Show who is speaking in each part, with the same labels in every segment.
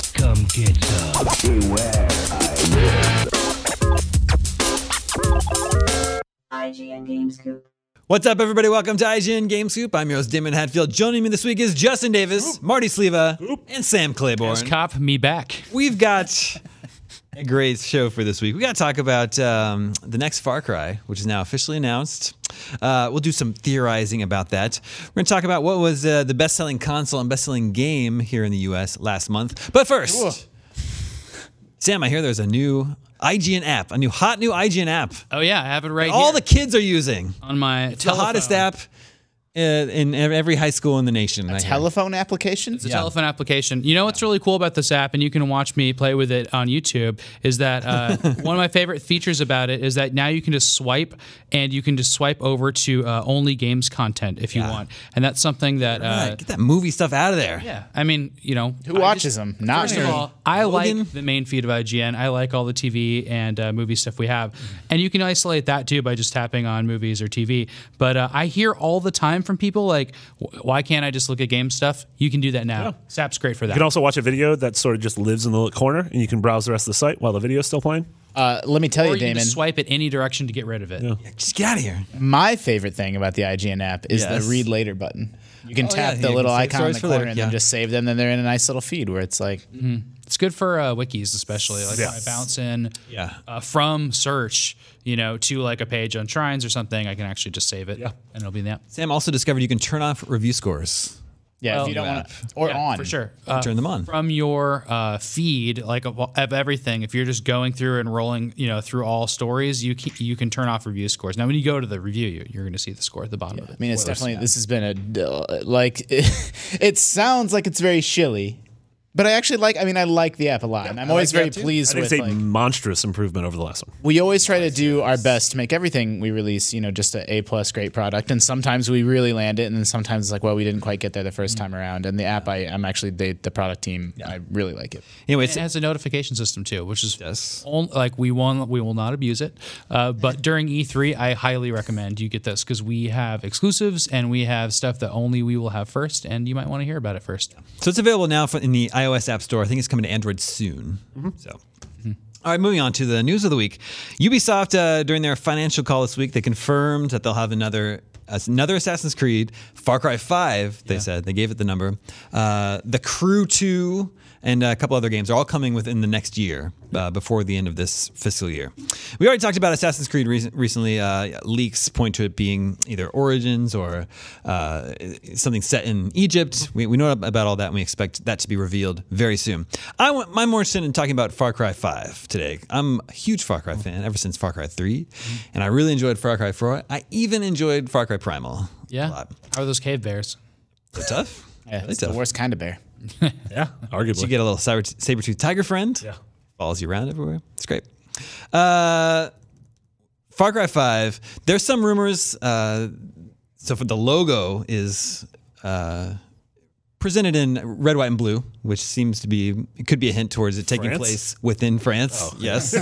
Speaker 1: get up. Beware.
Speaker 2: IGN Games Coop.
Speaker 3: What's up, everybody? Welcome to IGN Game Scoop. I'm your host, Damon Hatfield. Joining me this week is Justin Davis, Marty Sleva, and Sam Claiborne.
Speaker 4: As cop me back.
Speaker 3: We've got a great show for this week. We got to talk about um, the next Far Cry, which is now officially announced. Uh, we'll do some theorizing about that. We're going to talk about what was uh, the best selling console and best selling game here in the US last month. But first, Sam, I hear there's a new IGN app, a new hot new IGN app.
Speaker 4: Oh yeah, I have it right
Speaker 3: All
Speaker 4: here
Speaker 3: the kids are using
Speaker 4: on my
Speaker 3: the hottest app uh, in every high school in the nation. I hear.
Speaker 5: telephone application?
Speaker 4: It's a telephone application. You know what's really cool about this app, and you can watch me play with it on YouTube, is that uh, one of my favorite features about it is that now you can just swipe, and you can just swipe over to uh, only games content if you want, and that's something that.
Speaker 3: Yeah,
Speaker 4: Uh,
Speaker 3: get that movie stuff out of there.
Speaker 4: yeah, I mean, you know,
Speaker 5: Who watches them? Not
Speaker 4: First
Speaker 5: me.
Speaker 4: of all, I
Speaker 3: Logan.
Speaker 4: like the main feed of IGN. I like all the TV and uh, movie stuff we have, and you can isolate that too by just tapping on movies or TV. But uh, I hear all the time from people like, "Wh- "Why can't I just look at game stuff?" You can do that now. Sap's great for
Speaker 6: You can
Speaker 4: that.
Speaker 6: also watch a video that sort of just lives in the little corner, and you can browse the rest of the site while the video's still playing.
Speaker 5: Uh, let me tell
Speaker 4: Or
Speaker 5: you,
Speaker 4: you can
Speaker 5: Damon,
Speaker 4: just swipe it any direction to get rid of it.
Speaker 3: Just get out of here.
Speaker 5: my favorite thing about the IGN app is
Speaker 3: Yes.
Speaker 5: the read later button. You can
Speaker 3: Oh, yeah,
Speaker 5: tap
Speaker 3: you
Speaker 5: the
Speaker 3: can
Speaker 5: little
Speaker 3: save
Speaker 5: icon in
Speaker 3: stories
Speaker 5: the
Speaker 3: for
Speaker 5: corner
Speaker 3: later,
Speaker 5: and
Speaker 3: yeah.
Speaker 5: then just save them, and they're in a nice little feed where it's like,
Speaker 4: It's good for uh, wikis, especially like when I bounce in
Speaker 3: Yeah.
Speaker 4: uh, from search, you know, to like a page on Shrines or something. I can actually just save it, and it'll be in the app.
Speaker 3: Sam also discovered you can turn off review scores.
Speaker 5: yeah,
Speaker 4: Well,
Speaker 5: if you don't
Speaker 4: new
Speaker 5: want to, or
Speaker 4: Yeah,
Speaker 5: on.
Speaker 4: for sure. Uh,
Speaker 3: Turn them on.
Speaker 4: from your uh, feed, like of, of everything. If you're just going through and rolling, you know, through all stories, you can, you can turn off review scores. Now, when you go to the review, you, you're going to see the score at the bottom of
Speaker 5: I
Speaker 4: it.
Speaker 5: mean, it's definitely, this has been a, uh, like, it sounds like it's very shilly, but I actually like, I mean, I like the app a lot, and I'm always very
Speaker 6: I
Speaker 5: pleased
Speaker 6: think
Speaker 5: with
Speaker 6: it's a
Speaker 5: like,
Speaker 6: monstrous improvement over the last one.
Speaker 5: we always try to do our best to make everything we release, you know, just a A plus great product. And sometimes we really land it, and then sometimes it's like, well, we didn't quite get there the 1st time around. And the app, I, I'm actually they, the product team, I really like it.
Speaker 3: Anyway,
Speaker 4: It
Speaker 3: Sa-
Speaker 4: has a notification system too, which is
Speaker 3: Yes.
Speaker 4: on- like we won't we will not abuse it. Uh, but during E3, I highly recommend you get this because we have exclusives and we have stuff that only we will have first, and you might want to hear about it first.
Speaker 3: so it's available now for, in the iOS App Store. I think it's coming to Android soon. So. All right, moving on to the news of the week. Ubisoft, uh, during their financial call this week, they confirmed that they'll have another another Assassin's Creed, Far Cry 5, they said. They gave it the number. Uh, the Crew 2 and a couple other games are all coming within the next year, uh, before the end of this fiscal year. We already talked about Assassin's Creed recent recently. Uh, leaks point to it being either Origins or uh, something set in Egypt. We, we know about all that, and we expect that to be revealed very soon. I want, I'm more interested in talking about Far Cry 5 today. I'm a huge Far Cry fan ever since Far Cry 3, and I really enjoyed Far Cry 4. I even enjoyed Far Cry Primal
Speaker 4: Yeah,
Speaker 3: a lot.
Speaker 4: how are those cave bears?
Speaker 3: They're tough.
Speaker 5: Yeah,
Speaker 3: Really
Speaker 5: it's the
Speaker 3: tough.
Speaker 5: worst kind of bear.
Speaker 6: Yeah, arguably.
Speaker 3: You get a little saber tooth tiger friend. Yeah. Follows you around everywhere. It's great. Uh, Far Cry 5, there's some rumors. Uh, so for the logo is uh, presented in red, white, and blue, which seems to be, it could be a hint towards it taking
Speaker 6: France?
Speaker 3: place within France. Yes.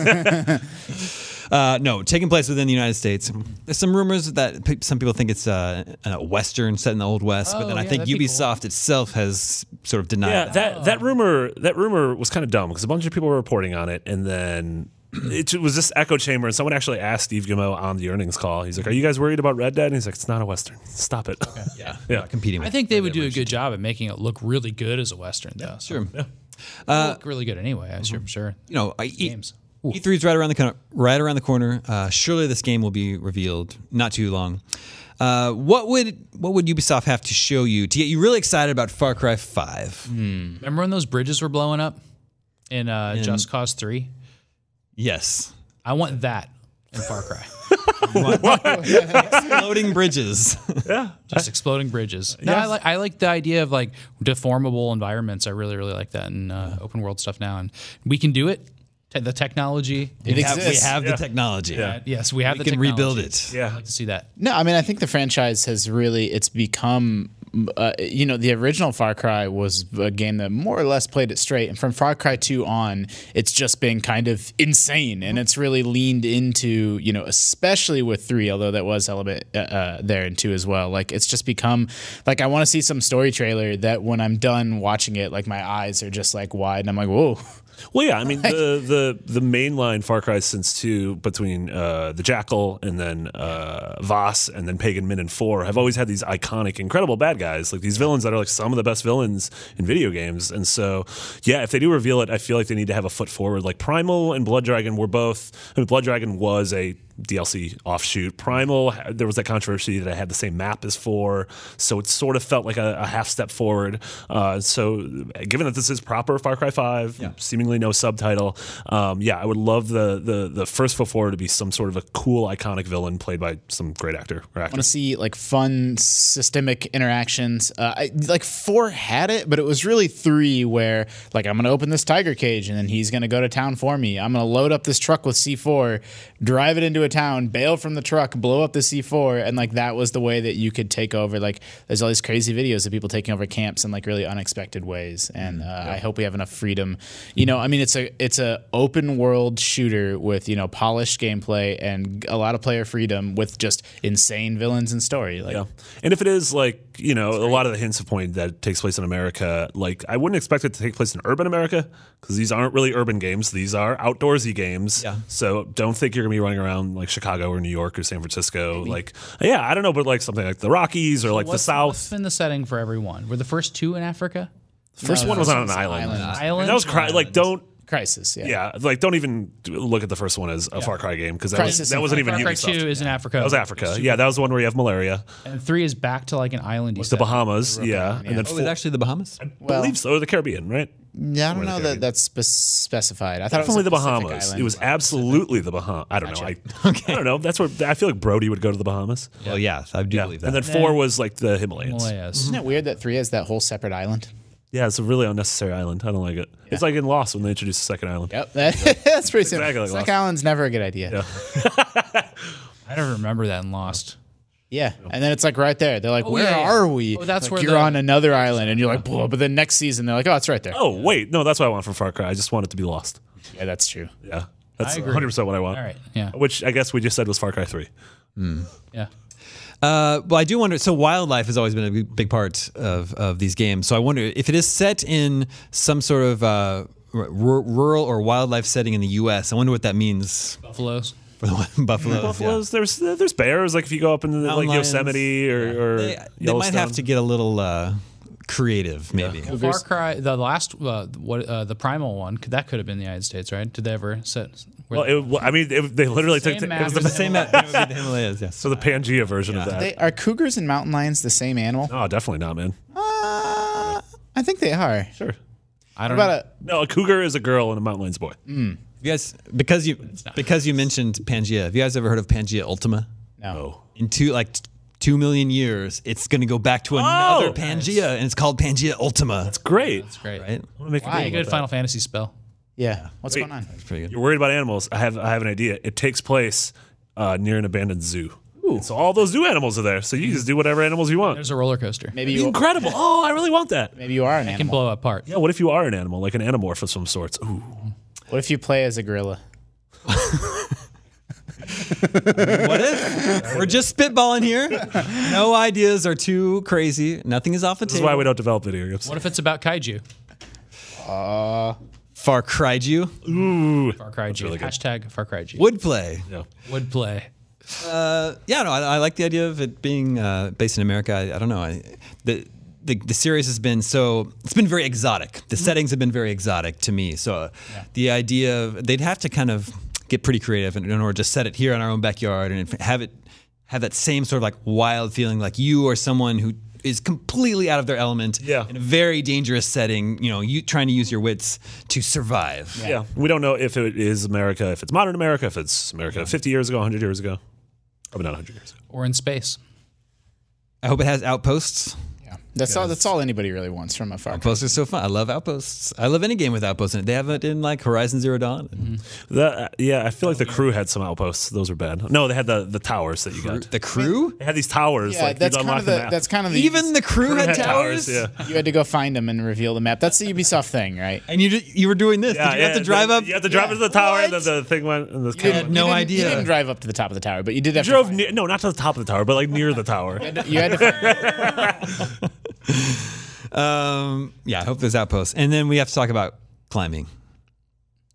Speaker 3: Uh, no, taking place within the United States. There's some rumors that pe- some people think it's uh, a Western set in the Old West, but
Speaker 4: Oh,
Speaker 3: then I
Speaker 4: yeah,
Speaker 3: think
Speaker 4: that'd be cool.
Speaker 3: Ubisoft itself has sort of denied
Speaker 6: yeah,
Speaker 3: that.
Speaker 6: that that rumor that rumor was kind of dumb because a bunch of people were reporting on it, and then it was this echo chamber. And someone actually asked Steve Gamow on the earnings call. He's like, "Are you guys worried about Red Dead?" And he's like, "It's not a western. Stop it."
Speaker 3: Yeah,
Speaker 6: Yeah.
Speaker 3: not uh, competing with
Speaker 4: I think they would do a good job at making it look really good as a western, though. so-
Speaker 3: sure. Uh, mm-hmm.
Speaker 4: They look really good anyway. I'm sure. I'm sure.
Speaker 3: You know, I, e,
Speaker 4: Games. Ooh.
Speaker 3: E3 is right around the corner. Right around the corner. Uh, surely this game will be revealed not too long. Uh, what would what would Ubisoft have to show you to get you really excited about Far Cry Five?
Speaker 4: Remember when those bridges were blowing up in uh, Just Cause Three?
Speaker 3: Yes,
Speaker 4: I want that in Far Cry.
Speaker 3: floating bridges.
Speaker 4: Just exploding bridges. No, I like I like the idea of like deformable environments. I really really like that in uh, open world stuff now, and we can do it. Te- the technology.
Speaker 5: It
Speaker 3: we have, we
Speaker 5: exists.
Speaker 3: have the technology.
Speaker 4: Yes, we have
Speaker 3: We
Speaker 4: the
Speaker 3: can rebuild
Speaker 4: technology.
Speaker 3: it.
Speaker 6: Yeah.
Speaker 4: I'd like to see that.
Speaker 5: No, I mean, I think the franchise has really, it's become, uh, you know, the original Far Cry was a game that more or less played it straight. And from Far Cry 2 on, it's just been kind of insane. And it's really leaned into, you know, especially with 3, although that was element uh, uh, there in 2 as well. Like, it's just become, like, I want to see some story trailer that when I'm done watching it, like, my eyes are just, like, wide. And I'm like, whoa.
Speaker 6: Well, yeah, I mean the the the mainline Far Cry since two between uh, the Jackal and then uh, Voss and then Pagan Min and Four have always had these iconic, incredible bad guys like these villains that are like some of the best villains in video games. And so, yeah, if they do reveal it, I feel like they need to have a foot forward. Like Primal and Blood Dragon were both. I mean, Blood Dragon was a DLC offshoot. Primal, there was that controversy that I had the same map as four, so it sort of felt like a, a half step forward. Uh, so, given that this is proper Far Cry Five, seemingly no subtitle, um, yeah, I would love the the the first foot forward to be some sort of a cool, iconic villain played by some great actor or
Speaker 5: want to
Speaker 6: actress.
Speaker 5: see like fun systemic interactions. Uh, I, like four had it, but it was really three where like I'm gonna open this tiger cage and then he's gonna go to town for me. I'm gonna load up this truck with C4, drive it into a town, bail from the truck, blow up the C4, and like that was the way that you could take over. Like there's all these crazy videos of people taking over camps in like really unexpected ways, and uh, I hope we have enough freedom. You know, I mean it's a it's a open world shooter with you know polished gameplay and a lot of player freedom with just insane villains and story. Like
Speaker 6: Yeah. And if it is like, you know, a lot of the hints of point that takes place in America, like I wouldn't expect it to take place in urban America because these aren't really urban games. These are outdoorsy games.
Speaker 3: Yeah.
Speaker 6: So don't think you're going to be running around like Chicago or New York or San Francisco. Like, yeah, I don't know, but like something like the Rockies or like the
Speaker 4: What's- What's
Speaker 6: South.
Speaker 4: been the setting for everyone? Were the first two in Africa?
Speaker 6: First one was on an island.
Speaker 4: Island.
Speaker 6: And that was cry. Like, don't.
Speaker 5: Crisis, yeah.
Speaker 6: Yeah, like don't even look at the first one as a Far Cry game because that, was,
Speaker 5: Crisis
Speaker 6: that
Speaker 5: and
Speaker 6: wasn't even
Speaker 4: Far Cry
Speaker 6: Ubisoft.
Speaker 4: Two is in Africa.
Speaker 6: That was Africa. Yeah, that was the one where you have malaria.
Speaker 4: And three is back to like an island.
Speaker 6: The Bahamas. Yeah, and then
Speaker 3: Oh,
Speaker 6: four,
Speaker 3: it's actually the Bahamas.
Speaker 6: I believe so. Or the Caribbean, right?
Speaker 5: Yeah, I don't
Speaker 6: Where
Speaker 5: know
Speaker 6: they're
Speaker 5: that that's spe- specified. I thought
Speaker 6: Definitely
Speaker 5: it
Speaker 6: the
Speaker 5: was like Pacific
Speaker 6: Bahamas.
Speaker 5: Island.
Speaker 6: It was absolutely the Bahamas. I don't know. I, I don't know. That's where I feel like Brody would go to the Bahamas.
Speaker 3: Well, yeah, I do believe that.
Speaker 6: And then four was like the Himalayas.
Speaker 4: Himalayas.
Speaker 5: Isn't it weird that three has that whole separate island?
Speaker 6: Yeah, it's a really unnecessary island. I don't like it. It's like in Lost when they introduced the second island.
Speaker 5: Yep, that's pretty simple.
Speaker 6: Exactly like Lost.
Speaker 5: Second island's never a good idea. Yeah.
Speaker 6: Mm-hmm.
Speaker 4: I don't remember that in Lost.
Speaker 5: and then it's like right there. They're like, "Where
Speaker 4: yeah, yeah.
Speaker 5: are we?"
Speaker 4: Oh, that's
Speaker 5: Like,
Speaker 4: where
Speaker 5: you're
Speaker 4: the-
Speaker 5: on another island, and you're like, "Whoa!" But then next season, they're like, "Oh, it's right there."
Speaker 6: Oh wait, no, that's what I want from Far Cry. I just want it to be Lost.
Speaker 5: Yeah, that's true.
Speaker 6: Yeah, that's
Speaker 4: I agree.
Speaker 6: 100 percent what I want.
Speaker 4: All right. Yeah.
Speaker 6: Which I guess we just said was Far Cry three.
Speaker 4: Yeah.
Speaker 3: Uh, well, I do wonder. So, wildlife has always been a big big part of, of these games. So, I wonder if it is set in some sort of uh, r- rural or wildlife setting in the U.S. I wonder what that means
Speaker 4: Buffaloes.
Speaker 3: for the buffalo.
Speaker 6: Buffaloes. There's there's bears. Like if you go up in the, like
Speaker 3: Mountain lions.
Speaker 6: Yosemite or, or
Speaker 3: They, they
Speaker 6: Yellowstone.
Speaker 3: might have to get a little uh, creative, maybe.
Speaker 4: Far Cry, the last, uh, what, uh, the primal one, could- that could have been the United States, right? Did they ever set? where-
Speaker 6: Well, it, well, I mean, it, they literally took
Speaker 4: Same
Speaker 6: the, it was
Speaker 4: map.
Speaker 6: the,
Speaker 3: Same at it would be the Himalayas, yes.
Speaker 6: so the Pangea version of that.
Speaker 5: They, are cougars and mountain lions the same animal?
Speaker 6: oh, definitely not, man.
Speaker 5: Uh, I think they are.
Speaker 6: Sure.
Speaker 4: I don't
Speaker 5: What about
Speaker 4: know.
Speaker 5: a
Speaker 6: No, a cougar is a girl and a mountain lion's boy.
Speaker 3: you guys, because you because you mentioned Pangea. Have you guys ever heard of Pangea Ultima?
Speaker 5: no?
Speaker 3: In two like t- two million years, it's going to go back to another
Speaker 6: Oh!
Speaker 3: Pangea, and it's called Pangea Ultima.
Speaker 6: It's great.
Speaker 4: Great.
Speaker 3: Right?
Speaker 6: I wanna make a
Speaker 5: Why?
Speaker 6: video
Speaker 4: Good
Speaker 6: about
Speaker 4: Final Fantasy spell.
Speaker 5: Yeah, what's going on?
Speaker 3: It's pretty
Speaker 6: that.
Speaker 3: good.
Speaker 6: You're worried about animals. I have I have an idea. It takes place uh, near an abandoned zoo. So all those zoo animals are there. So you just do whatever animals you want.
Speaker 4: There's a roller coaster.
Speaker 5: Maybe
Speaker 6: It's
Speaker 5: you
Speaker 6: incredible. Oh, I really want that.
Speaker 5: maybe you are an
Speaker 4: It can
Speaker 5: animal.
Speaker 4: blow apart.
Speaker 6: Yeah, what if you are an animal, like an animorph of some sorts? Ooh.
Speaker 5: What if you play as a gorilla?
Speaker 3: What if we're just spitballing here? No ideas are too crazy. Nothing is off the
Speaker 6: This is
Speaker 3: table.
Speaker 6: why we don't develop video games.
Speaker 4: What if it's about kaiju?
Speaker 3: Far Cry you
Speaker 4: Far Cry G.
Speaker 6: really good.
Speaker 4: Hashtag Far Cry G.
Speaker 3: would play.
Speaker 6: Yeah.
Speaker 4: Would play.
Speaker 3: Yeah, no, I, I like the idea of it being uh, based in America. I, I don't know. I, the, the the series has been so it's been very exotic. The
Speaker 6: Mm-hmm.
Speaker 3: settings have been very exotic to me. So uh, the idea of they'd have to kind of get pretty creative in, in order to just set it here in our own backyard and have it have that same sort of like wild feeling, like you or someone who is completely out of their element
Speaker 6: Yeah.
Speaker 3: in a very dangerous setting. You know, you trying to use your wits to survive.
Speaker 6: Yeah. We don't know if it is America, if it's modern America, if it's America 50 years ago, 100 years ago. Probably not 100 years ago.
Speaker 4: Or in space.
Speaker 3: I hope it has outposts.
Speaker 5: Yeah, that's all. That's all anybody really wants from a far.
Speaker 3: Outposts are so fun. I love outposts. I love any game with outposts in it. They have it in like Horizon Zero Dawn.
Speaker 6: That, uh, yeah, I feel like the crew had some outposts. Those were bad. No, they had the, the towers that you got.
Speaker 3: The crew?
Speaker 6: They had these towers.
Speaker 5: Yeah,
Speaker 6: like,
Speaker 5: that's
Speaker 6: you'd
Speaker 5: kind
Speaker 6: unlock
Speaker 5: of
Speaker 6: the
Speaker 5: the.
Speaker 6: map.
Speaker 5: That's kind of the.
Speaker 3: Even the crew had towers?
Speaker 6: Yeah.
Speaker 5: you had to go find them and reveal the map. That's the Ubisoft thing, right?
Speaker 3: And you ju- you were doing this. Did you have to drive
Speaker 6: the-
Speaker 3: up?
Speaker 6: You had to drive up to the tower, and
Speaker 3: What?
Speaker 6: then the thing went, and the
Speaker 5: You
Speaker 6: camera
Speaker 5: didn't-
Speaker 3: had
Speaker 6: went.
Speaker 3: no
Speaker 5: you didn't-
Speaker 3: idea.
Speaker 5: You didn't drive up to the top of the tower, but you did have
Speaker 6: You drove
Speaker 5: to find
Speaker 6: near, no, not to the top of the tower, but like near the tower.
Speaker 5: it. You had to find it.
Speaker 3: Um, yeah, I hope there's outposts. And then we have to talk about climbing.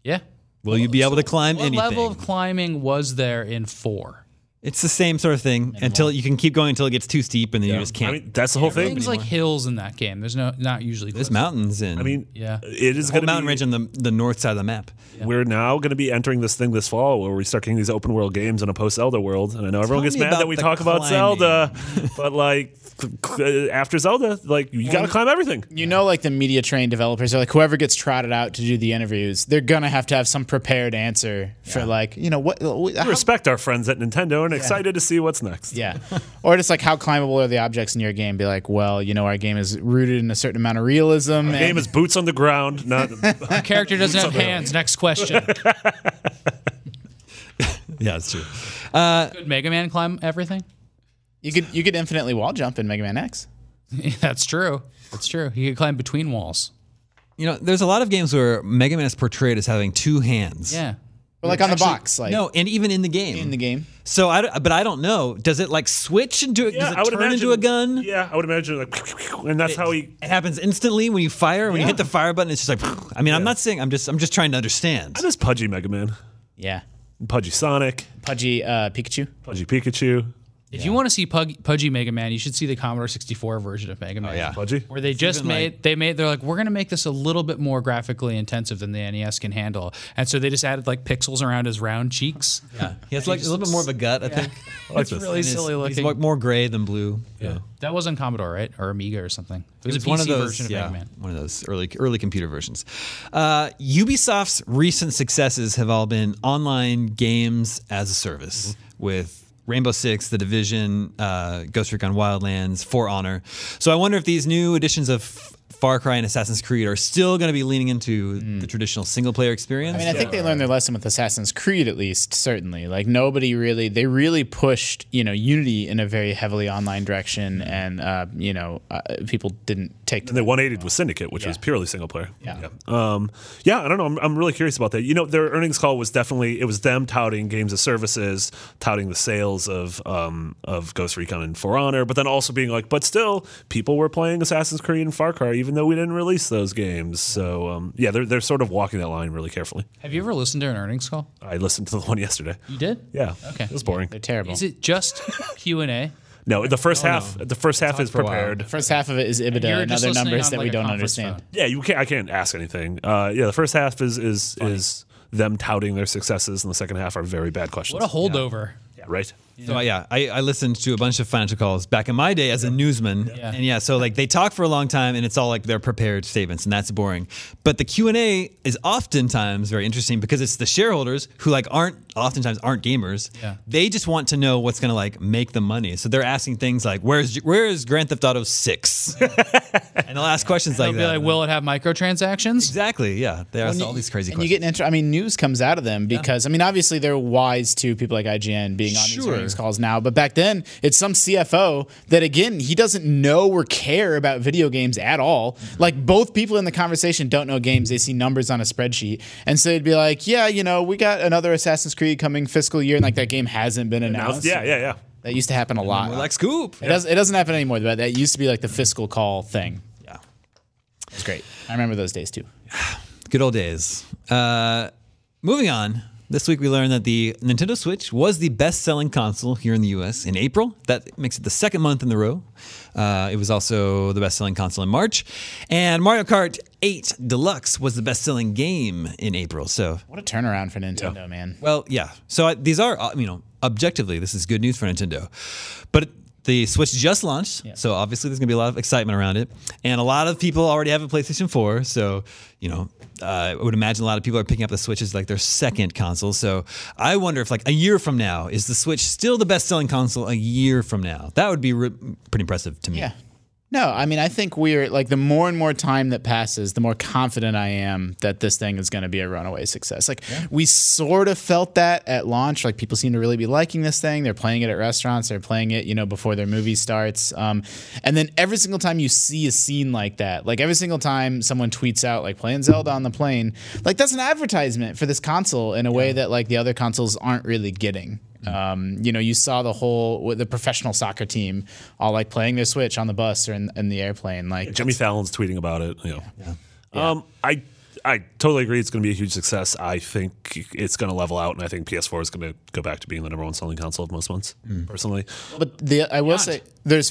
Speaker 4: Yeah.
Speaker 3: Will you be able to climb
Speaker 4: What
Speaker 3: anything?
Speaker 4: level of climbing was there in four?
Speaker 3: it's the same sort of thing until you can keep going until it gets too steep and then you just
Speaker 6: I
Speaker 3: can't.
Speaker 6: mean, that's the whole thing.
Speaker 4: Things like hills in that game. There's no not usually.
Speaker 3: There's
Speaker 4: cliffs.
Speaker 3: mountains and
Speaker 6: I mean,
Speaker 4: Yeah.
Speaker 6: it is
Speaker 3: whole
Speaker 6: going to
Speaker 3: mountain
Speaker 6: be.
Speaker 3: range on the, the north side of the map.
Speaker 6: We're now going to be entering this thing this fall where we start getting these open world games in a post Zelda world, and I know everyone
Speaker 3: me
Speaker 6: gets mad
Speaker 3: about
Speaker 6: that we
Speaker 3: the
Speaker 6: talk about
Speaker 3: climbing.
Speaker 6: Zelda, but like c- c- after Zelda, like you got to climb everything.
Speaker 5: You know, like the media trained developers are like, whoever gets trotted out to do the interviews, they're gonna have to have some prepared answer for like, you know, what? uh,
Speaker 6: We
Speaker 5: how-
Speaker 6: respect our friends at Nintendo and excited to see what's next.
Speaker 5: Yeah. Or just like how climbable are the objects in your game? Be like, well, you know, our game is rooted in a certain amount of realism. and
Speaker 6: Name is boots on the ground, not
Speaker 4: The character doesn't have hands. Next question.
Speaker 3: Yeah, that's true.
Speaker 4: Could Mega Man climb everything?
Speaker 5: you could you could infinitely wall jump in Mega Man X.
Speaker 4: That's true. That's true. He could climb between walls.
Speaker 3: You know, there's a lot of games where Mega Man is portrayed as having two hands.
Speaker 4: Yeah.
Speaker 5: But like on the box, like
Speaker 3: No, and even in the game.
Speaker 5: in the game.
Speaker 3: So I, don't- but I don't know. Does it like switch into? a does it turn into a gun?
Speaker 6: Yeah, I would imagine like, and that's how he.
Speaker 3: It happens instantly when you fire. When you hit the fire button, it's just like. I mean, I'm not saying. I'm just. I'm just trying to understand.
Speaker 6: This pudgy Mega Man,
Speaker 5: Yeah.
Speaker 6: pudgy Sonic,
Speaker 5: Pudgy uh, Pikachu.
Speaker 6: pudgy Pikachu,
Speaker 4: If you want to see Pug, Pudgy Mega Man, you should see the Commodore 64 version of Mega Man.
Speaker 3: Oh, yeah.
Speaker 6: pudgy.
Speaker 4: Where they just
Speaker 3: even
Speaker 4: made,
Speaker 3: like-
Speaker 4: they made, they're like, we're going to make this a little bit more graphically intensive than the NES can handle. And so they just added like pixels around his round cheeks.
Speaker 3: Yeah. He has like a little bit more of a gut. I think.
Speaker 4: It's really
Speaker 3: And his-
Speaker 4: silly
Speaker 3: He's
Speaker 4: looking.
Speaker 3: like more gray than blue. Yeah.
Speaker 4: that was on Commodore, right? Or Amiga or something. It was,
Speaker 3: It's
Speaker 4: a PC
Speaker 3: one of those,
Speaker 4: version of
Speaker 3: yeah,
Speaker 4: Mega Man.
Speaker 3: one of those early early computer versions. Uh, Ubisoft's recent successes have all been online games as a service
Speaker 4: Mm-hmm.
Speaker 3: with Rainbow Six, The Division, uh, Ghost Recon Wildlands, For Honor. So I wonder if these new editions of Far Cry and Assassin's Creed are still going to be leaning into
Speaker 4: Mm.
Speaker 3: the traditional single player experience.
Speaker 5: I mean, I think they learned their lesson with Assassin's Creed, at least, certainly. Like, nobody really, they really pushed, you know, Unity in a very heavily online direction, and, uh, you know, uh, people didn't take to
Speaker 6: And they 180 with Syndicate, which was purely single player.
Speaker 5: Yeah.
Speaker 6: Yeah. Um, yeah, I don't know. I'm, I'm really curious about that. You know, their earnings call was definitely it was them touting games as services, touting the sales of um, of Ghost Recon and For Honor, but then also being like, but still, people were playing Assassin's Creed and Far Cry, even though we didn't release those games. So um, yeah, they're they're sort of walking that line really carefully.
Speaker 4: Have you ever listened to an earnings call?
Speaker 6: I listened to the one yesterday.
Speaker 4: You did?
Speaker 6: Yeah.
Speaker 4: Okay.
Speaker 6: It was boring.
Speaker 5: They're terrible.
Speaker 4: Is it just Q and A?
Speaker 6: No, the first half the first half is
Speaker 3: for a while.
Speaker 6: prepared.
Speaker 5: First half of it is
Speaker 4: You're
Speaker 5: EBITDA and
Speaker 4: just
Speaker 5: other
Speaker 4: listening
Speaker 5: numbers
Speaker 4: on,
Speaker 5: that
Speaker 4: like,
Speaker 5: we
Speaker 4: a
Speaker 5: don't
Speaker 4: conference
Speaker 5: understand.
Speaker 4: phone.
Speaker 6: Yeah, you can't. I can't ask anything. Uh, yeah, the first half is is is them touting their successes, and the second half are very bad questions.
Speaker 4: What a holdover.
Speaker 6: yeah, right?
Speaker 3: So uh, yeah, I, I listened to a bunch of financial calls back in my day as a newsman,
Speaker 4: Yeah.
Speaker 3: and yeah, so like they talk for a long time, and it's all like their prepared statements, and that's boring. But the Q and A is oftentimes very interesting because it's the shareholders who like aren't oftentimes aren't gamers.
Speaker 4: Yeah.
Speaker 3: They just want to know what's going to like make them money. So they're asking things like, "Where's where is Grand Theft Auto 6? and they'll ask questions like
Speaker 4: They'll be
Speaker 3: that.
Speaker 4: like, will it have microtransactions?
Speaker 3: exactly, yeah. They ask
Speaker 5: And
Speaker 3: all
Speaker 5: you-
Speaker 3: these crazy
Speaker 5: and you
Speaker 3: questions.
Speaker 5: get an inter- I mean, news comes out of them because I mean, obviously they're wise to people like IGN being on these
Speaker 3: Sure.
Speaker 5: earnings calls now, but back then it's some CFO that again he doesn't know or care about video games at all. Like both people in the conversation don't know games; they see numbers on a spreadsheet, and so they'd be like, "Yeah, you know, we got another Assassin's Creed coming fiscal year, and like that game hasn't been announced."
Speaker 6: Yeah, yeah, yeah.
Speaker 5: that used to happen a lot.
Speaker 3: We're like, "Scoop."
Speaker 5: it doesn't. It doesn't happen anymore, but that used to be like the fiscal call thing.
Speaker 3: Yeah.
Speaker 5: It's great. I remember those days too.
Speaker 3: Good old days. Uh, moving on. This week we learned that the Nintendo Switch was the best-selling console here in the U.S. in April. That makes it the second month in the row. Uh, it was also the best-selling console in March, and Mario Kart 8 Deluxe was the best-selling game in April. So,
Speaker 5: What a turnaround for Nintendo, man.
Speaker 3: well, yeah. So I, these are, uh, you know, objectively, this is good news for Nintendo. But the Switch just launched, so obviously there's going to be a lot of excitement around it, and a lot of people already have a PlayStation 4. So, you know, uh, I would imagine a lot of people are picking up the Switch as like their second console. So I wonder if like a year from now is the Switch still the best-selling console? A year from now, that would be re- pretty impressive to me.
Speaker 5: Yeah. No, I mean, I think we're like the more and more time that passes, the more confident I am that this thing is going to be a runaway success. Like, we sort of felt that at launch. Like, people seem to really be liking this thing. They're playing it at restaurants, they're playing it, you know, before their movie starts. Um, and then every single time you see a scene like that, like every single time someone tweets out, like, playing Zelda on the plane, like, that's an advertisement for this console in a way that, like, the other consoles aren't really getting. Um, you know, you saw the whole with the professional soccer team all like playing their Switch on the bus or in, in the airplane. Like,
Speaker 6: Jimmy Fallon's tweeting about it. You know. Um, I I totally agree. It's going to be a huge success. I think it's going to level out, and I think PS4 is going to go back to being the number one selling console of most months. Personally,
Speaker 5: But the I will say there's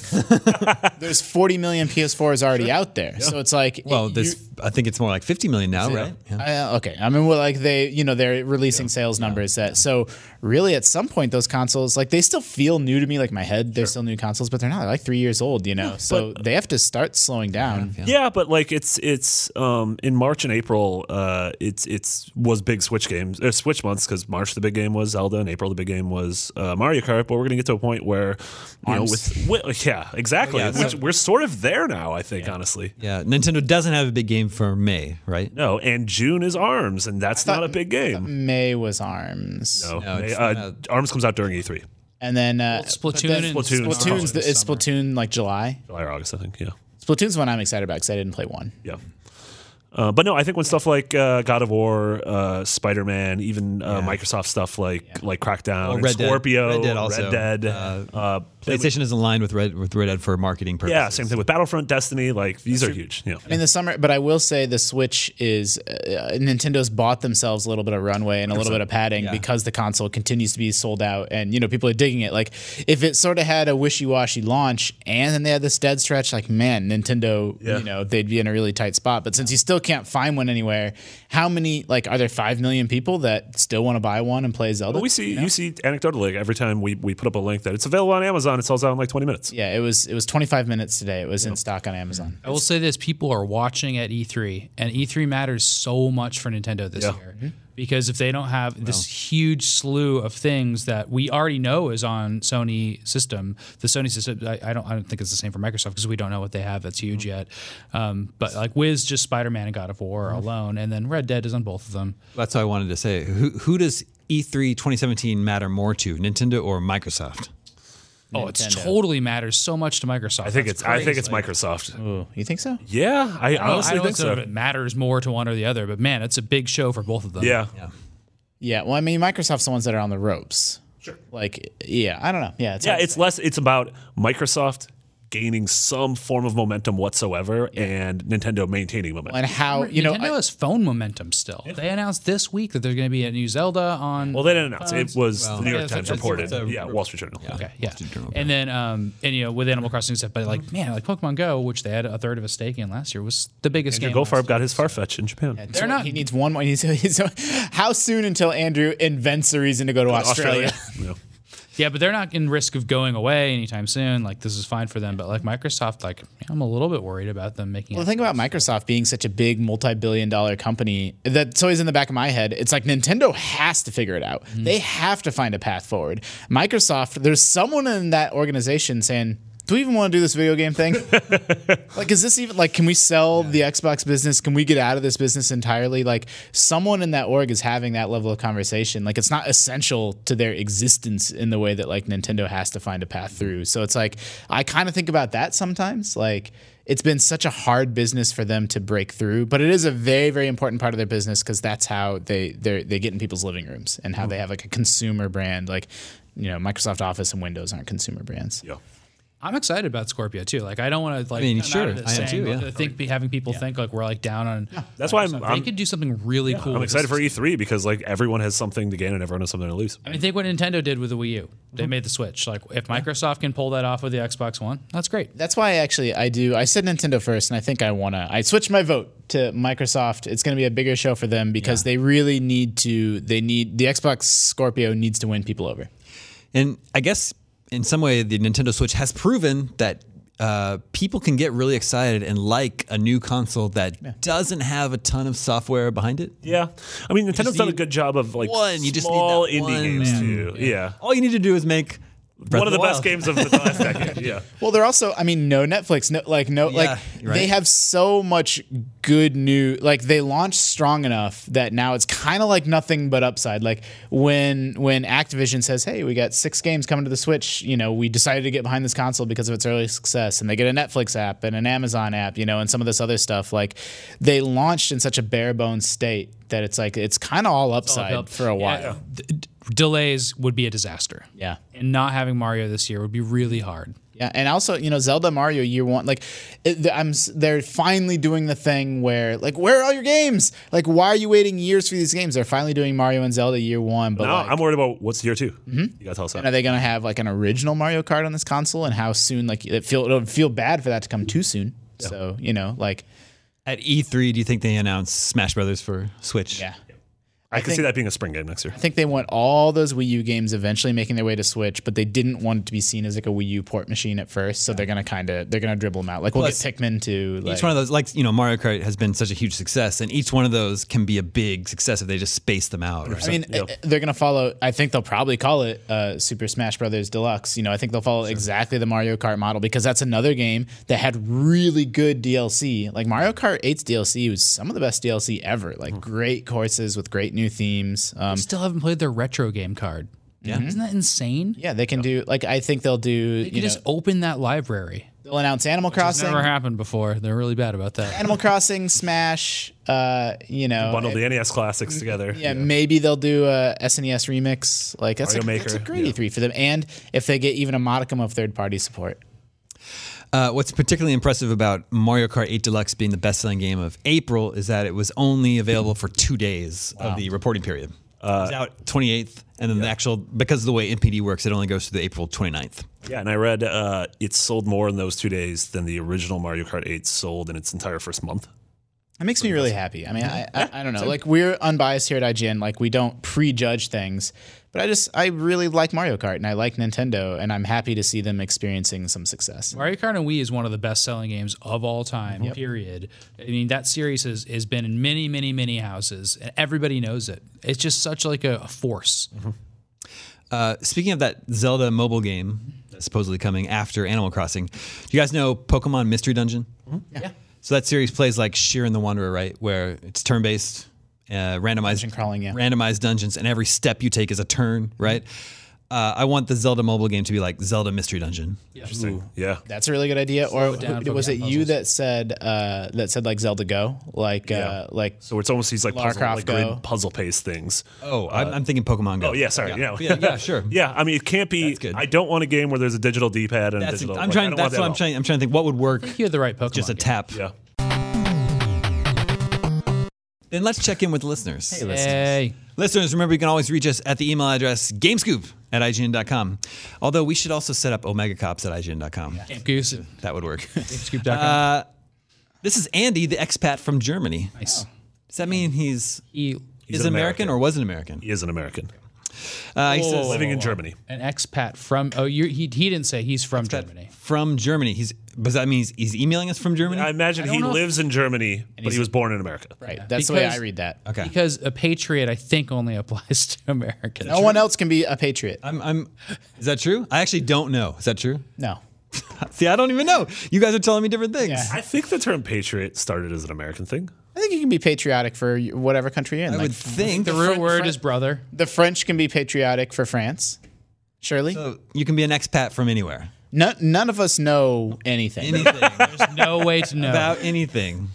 Speaker 5: there's 40 million PS4s already out there, so it's like
Speaker 3: Well,
Speaker 5: it-
Speaker 3: there's, I think it's more like 50 million now, right? Yeah.
Speaker 5: I- okay, I mean, well, like they, you know, they're releasing sales numbers that. So really, at some point, those consoles, like they still feel new to me. Like my head, they're still new consoles, but they're not like three years old, you know. so they have to start slowing down.
Speaker 6: Yeah, but like it's it's um in March and April, uh it's it's was big Switch games, uh, Switch months because March the big game was Zelda and April the big game was uh, Mario Kart. But we're gonna get to a point where you know with, wi- yeah exactly,
Speaker 3: Yeah,
Speaker 6: which
Speaker 3: so-
Speaker 6: we're sort of there now. I think honestly.
Speaker 3: Yeah, Nintendo doesn't have a big game for May, right?
Speaker 6: No, and June is Arms, and that's not a big game.
Speaker 5: May was Arms,
Speaker 6: No,
Speaker 3: No, it's
Speaker 6: uh,
Speaker 3: not a-
Speaker 6: Arms comes out during E E3,
Speaker 5: and then uh,
Speaker 4: Well, Splatoon
Speaker 5: but then-
Speaker 4: and-
Speaker 6: Splatoon.
Speaker 5: Splatoon's the, it's
Speaker 4: Summer.
Speaker 5: Splatoon like July.
Speaker 6: July or August, I think. Yeah,
Speaker 5: Splatoon's one I'm excited about because I didn't play one.
Speaker 6: yeah. Uh, but no, I think when stuff like uh, God of War, uh, Spider Man, even uh, Microsoft stuff like like Crackdown, and
Speaker 3: Red Dead.
Speaker 6: Scorpio,
Speaker 3: Red Dead also.
Speaker 6: Red Dead, uh,
Speaker 3: PlayStation is aligned with Red with Red Dead for marketing purposes.
Speaker 6: yeah, same thing with Battlefront, Destiny. Like these are huge. Yeah,
Speaker 5: I mean, the summer, but I will say the Switch is uh, Nintendo's bought themselves a little bit of runway and a little bit of padding because the console continues to be sold out, and you know people are digging it. Like, if it sort of had a wishy-washy launch and then they had this dead stretch, like man, Nintendo,
Speaker 6: Yeah.
Speaker 5: you know, they'd be in a really tight spot. But since you still can't find one anywhere, how many like are there five million people that still want to buy one and play Zelda?
Speaker 6: but we see you see anecdotally like, every time we, we put up a link that it's available on Amazon, it sells out in like twenty minutes.
Speaker 5: yeah, it was it was 25 minutes today. It was in stock on Amazon.
Speaker 4: I will say this: people are watching at E3, and E3 matters so much for Nintendo this
Speaker 6: Yeah.
Speaker 4: year
Speaker 5: Mm-hmm.
Speaker 4: because if they don't have this huge slew of things that we already know is on Sony system, the Sony system, I, I don't, I don't think it's the same for Microsoft because we don't know what they have that's
Speaker 6: Mm-hmm.
Speaker 4: huge yet. Um, but like Wiz, just Spider Man and God of War
Speaker 6: Mm-hmm.
Speaker 4: alone, and then Red Dead is on both of them.
Speaker 3: That's what I wanted to say. Who who does E E3 2017 matter more to, Nintendo or Microsoft?
Speaker 4: Oh, it totally matters so much to Microsoft.
Speaker 6: I think it's I think it's Microsoft.
Speaker 5: You think so?
Speaker 6: Yeah, I
Speaker 4: I
Speaker 6: honestly
Speaker 4: don't
Speaker 6: think
Speaker 4: know if
Speaker 6: so.
Speaker 4: it matters more to one or the other, but man, it's a big show for both of them.
Speaker 6: Yeah,
Speaker 5: Yeah. Well, I mean, Microsoft's the ones that are on the ropes. Sure. Like, yeah, I don't know. Yeah, it's
Speaker 6: yeah
Speaker 5: hard to
Speaker 6: it's less it's about microsoft gaining some form of momentum whatsoever and nintendo maintaining momentum
Speaker 5: and how you know
Speaker 4: Nintendo has phone momentum still. They announced this week that there's going to be a new Zelda on.
Speaker 6: well they didn't announce it was the new york
Speaker 4: yeah, it's-
Speaker 6: times
Speaker 4: it's-
Speaker 6: reported
Speaker 4: it's
Speaker 3: a-
Speaker 6: yeah wall street journal
Speaker 4: okay, yeah,
Speaker 3: Journal.
Speaker 4: and then um, and you know with Animal Crossing and stuff, but like man, like Pokemon Go, which they had a third of a stake in last year, was the biggest
Speaker 6: Andrew
Speaker 4: game. last
Speaker 6: Goldfarb got his Farfetch in Japan.
Speaker 5: they're
Speaker 4: not-
Speaker 5: He needs one more. He needs, he's, how soon until Andrew invents a reason to go to Australia?
Speaker 6: Australia. Yeah.
Speaker 4: year. Yeah, but they're not in risk of going away anytime soon. Like this is fine for them, but like Microsoft, like I'm a little bit worried about them making.
Speaker 5: Well,
Speaker 4: it.
Speaker 5: the thing about Microsoft being such a big multi-billion-dollar company that's always in the back of my head. It's like Nintendo has to figure it out.
Speaker 4: Mm-hmm.
Speaker 5: They have to find a path forward. Microsoft, there's someone in that organization saying. Do we even want to do this video game thing? like, is this even like? Can we sell the Xbox business? Can we get out of this business entirely? Like, someone in that org is having that level of conversation. Like, it's not essential to their existence in the way that like Nintendo has to find a path through. So it's like I kind of think about that sometimes. Like, it's been such a hard business for them to break through, but it is a very, very important part of their business because that's how they they they get in people's living rooms and how they have like a consumer brand. Like, you know, Microsoft Office and Windows aren't consumer brands.
Speaker 6: Yeah.
Speaker 4: I'm excited about Scorpio too. Like I don't want to like. I
Speaker 3: mean,
Speaker 4: come out
Speaker 3: sure,
Speaker 4: of this
Speaker 3: I am
Speaker 4: saying,
Speaker 3: too, yeah.
Speaker 4: I think be- having people think like we're like down on.
Speaker 6: That's why I'm-
Speaker 4: Microsoft.
Speaker 6: I'm-
Speaker 4: they could do something really cool.
Speaker 6: I'm
Speaker 4: with
Speaker 6: excited
Speaker 4: this
Speaker 6: for E3 because like everyone has something to gain and everyone has something to lose.
Speaker 4: I mean, think what Nintendo did with the Wii U. They made the Switch. Like, if Microsoft can pull that off with the Xbox One, that's great.
Speaker 5: That's why actually I do. I said Nintendo first, and I think I want to. I switched my vote to Microsoft. It's going to be a bigger show for them because they really need to. They need the Xbox Scorpio needs to win people over.
Speaker 3: And I guess in some way, the Nintendo Switch has proven that uh, people can get really excited and like a new console that doesn't have a ton of software behind it.
Speaker 6: Yeah. I mean, Nintendo's done a good job of like
Speaker 3: one, you just need
Speaker 6: small
Speaker 3: that
Speaker 6: indie
Speaker 3: one,
Speaker 6: games
Speaker 3: man.
Speaker 6: too. Yeah.
Speaker 3: All you need to do is make Breath
Speaker 6: One of the best
Speaker 3: Wild.
Speaker 6: games of the last decade. Yeah.
Speaker 5: Well, they're also. I mean, no Netflix. No, like no, like
Speaker 3: you're
Speaker 5: they
Speaker 3: right.
Speaker 5: have so much good new. Like they launched strong enough that now it's kind of like nothing but upside. Like when when Activision says, "Hey, we got six games coming to the Switch," you know, we decided to get behind this console because of its early success, and they get a Netflix app and an Amazon app, you know, and some of this other stuff. Like they launched in such a bare bones state that it's like it's kind of all upside
Speaker 4: Help.
Speaker 5: for a while.
Speaker 4: Yeah. D- d- delays would be a disaster.
Speaker 5: Yeah.
Speaker 4: And not having Mario this year would be really hard.
Speaker 5: Yeah, and also you know Zelda Mario Year One, like it, the- I'm s- they're finally doing the thing where like where are all your games? Like why are you waiting years for these games? They're finally doing Mario and Zelda Year One, but
Speaker 6: Now
Speaker 5: like,
Speaker 6: I'm worried about what's year 2 You gotta tell us that.
Speaker 5: and are they going to have like an original Mario Kart on this console? And how soon? Like it feel it'll feel bad for that to come too soon. So you know like
Speaker 3: At E3, do you think they announce Smash Brothers for Switch?
Speaker 5: yeah.
Speaker 6: I, can
Speaker 5: think-
Speaker 6: see that being a spring game next year.
Speaker 5: I think they want all those Wii U games eventually making their way to Switch, but they didn't want it to be seen as like a Wii U port machine at first. So they're gonna kind of they're gonna dribble them out. Like we'll
Speaker 3: Plus,
Speaker 5: get Pikmin to like
Speaker 3: Each one of those, like you know, Mario Kart has been such a huge success, and each one of those can be a big success if they just space them out. Or
Speaker 5: I mean,
Speaker 6: yeah.
Speaker 5: uh, they're gonna follow. I think they'll probably call it uh, Super Smash Brothers Deluxe. You know, I think they'll follow exactly the Mario Kart model because that's another game that had really good DLC. Like Mario Kart 8's DLC was some of the best DLC ever. Like
Speaker 6: Mm-hmm.
Speaker 5: great courses with great new themes. Um,
Speaker 4: Still haven't played their retro game card. Yeah. Isn't that insane?
Speaker 5: yeah, they can do. Like I think they'll do.
Speaker 4: You
Speaker 5: you
Speaker 4: could just
Speaker 5: know,
Speaker 4: open that library.
Speaker 5: they'll announce Animal
Speaker 4: It's
Speaker 5: Crossing.
Speaker 4: never happened before. They're really bad about that.
Speaker 5: Animal Crossing, Smash, uh, you know,
Speaker 6: Bundle
Speaker 5: it-
Speaker 6: the NES classics together.
Speaker 5: yeah, maybe they'll do a SNES remix. Like that's, a,
Speaker 6: Mario
Speaker 5: that's a
Speaker 6: Maker,
Speaker 5: great
Speaker 6: yeah.
Speaker 5: E3 for them, and if they get even a modicum of third-party support.
Speaker 3: Uh, what's particularly impressive about Mario Kart 8 Deluxe being the best-selling game of April is that it was only available for two days of the reporting period. it was out 28th, and then the actual because of the way NPD works, it only goes to the April 29th.
Speaker 6: Yeah, and I read uh, it sold more in those two days than the original Mario Kart 8 sold in its entire first month.
Speaker 5: That makes me really happy. I mean, I, I, I don't know. Like we're unbiased here at IGN. Like we don't prejudge things, but I just I really like Mario Kart and I like Nintendo, and I'm happy to see them experiencing some success.
Speaker 4: Mario Kart and Wii is one of the best selling games of all time, period. I mean, that series has, has been in many, many, many houses, and everybody knows it. It's just such like a, a force.
Speaker 3: Mm-hmm. Uh, speaking of that Zelda mobile game that's supposedly coming after Animal Crossing, do you guys know Pokemon Mystery Dungeon? Yeah. So that series plays like Sheer and the Wanderer, right? Where it's turn-based, uh, randomized
Speaker 5: Dungeon crawling, yeah.
Speaker 3: randomized dungeons, and every step you take is a turn,
Speaker 6: Mm-hmm.
Speaker 3: right? Uh, I want the Zelda mobile game to be like Zelda Mystery Dungeon.
Speaker 6: Interesting. yeah.
Speaker 5: That's a really good idea. Or
Speaker 4: down
Speaker 5: who- was
Speaker 4: Pokemon
Speaker 5: it you that said uh, that said like Zelda Go, like uh, like
Speaker 6: So it's almost these like puzzle,
Speaker 5: Larcroft
Speaker 6: like
Speaker 5: Go.
Speaker 6: grid puzzle pace things.
Speaker 3: Oh, I'm, I'm thinking Pokemon Go.
Speaker 6: Oh yeah, sorry. Yeah.
Speaker 3: yeah, yeah, sure.
Speaker 6: Yeah, I mean it can't be.
Speaker 3: good.
Speaker 6: I don't want a game where there's a digital D-pad and a
Speaker 3: That's,
Speaker 6: digital.
Speaker 3: I'm
Speaker 6: like, I
Speaker 3: trying.
Speaker 6: don't want
Speaker 3: That's
Speaker 6: that
Speaker 3: what
Speaker 6: at
Speaker 3: I'm
Speaker 6: all.
Speaker 3: trying. I'm trying to think what would work.
Speaker 4: You have the right Pokemon.
Speaker 3: Just a
Speaker 4: game.
Speaker 3: tap.
Speaker 6: Yeah.
Speaker 3: Then let's check in with listeners.
Speaker 4: Hey.
Speaker 3: Listeners, remember you can always reach us at the email address gamescoop at IGN.com. Although we should also set up Omega Cops at IGN.com.
Speaker 4: Camp Goose.
Speaker 3: That would work. Uh,
Speaker 4: Scoop.com.
Speaker 3: this is Andy, the expat from Germany.
Speaker 4: nice.
Speaker 3: Does that mean he's,
Speaker 4: He,
Speaker 3: is
Speaker 6: an
Speaker 3: American,
Speaker 6: American.
Speaker 3: or was an American?
Speaker 6: He is an American Oh.
Speaker 3: Uh, he says
Speaker 6: living in Germany.
Speaker 4: an expat from, oh, you he, he didn't say he's from Germany.
Speaker 3: from Germany. He's does that mean he's, he's emailing us from Germany?
Speaker 6: I imagine he
Speaker 4: know if-
Speaker 6: lives in Germany, but he was born in America.
Speaker 5: right. That's the way
Speaker 4: Because-
Speaker 5: I read that.
Speaker 3: okay.
Speaker 4: Because a patriot, I think, only applies to Americans.
Speaker 5: No one else can be a patriot.
Speaker 3: I'm, I'm is that true? I actually don't know. Is that true?
Speaker 5: No.
Speaker 3: See, I don't even know. You guys are telling me different things.
Speaker 5: Yeah.
Speaker 6: I think the term patriot started as an American thing.
Speaker 5: I think you can be patriotic for whatever country you're in.
Speaker 3: I
Speaker 5: Like,
Speaker 3: would think
Speaker 4: The real
Speaker 5: Fr-
Speaker 4: word
Speaker 5: Fr-
Speaker 4: is brother.
Speaker 5: the French can be patriotic for France. Surely,
Speaker 3: So you can be an expat from anywhere.
Speaker 5: no, none of us know anything.
Speaker 3: Anything.
Speaker 4: There's no way to know.
Speaker 3: about anything.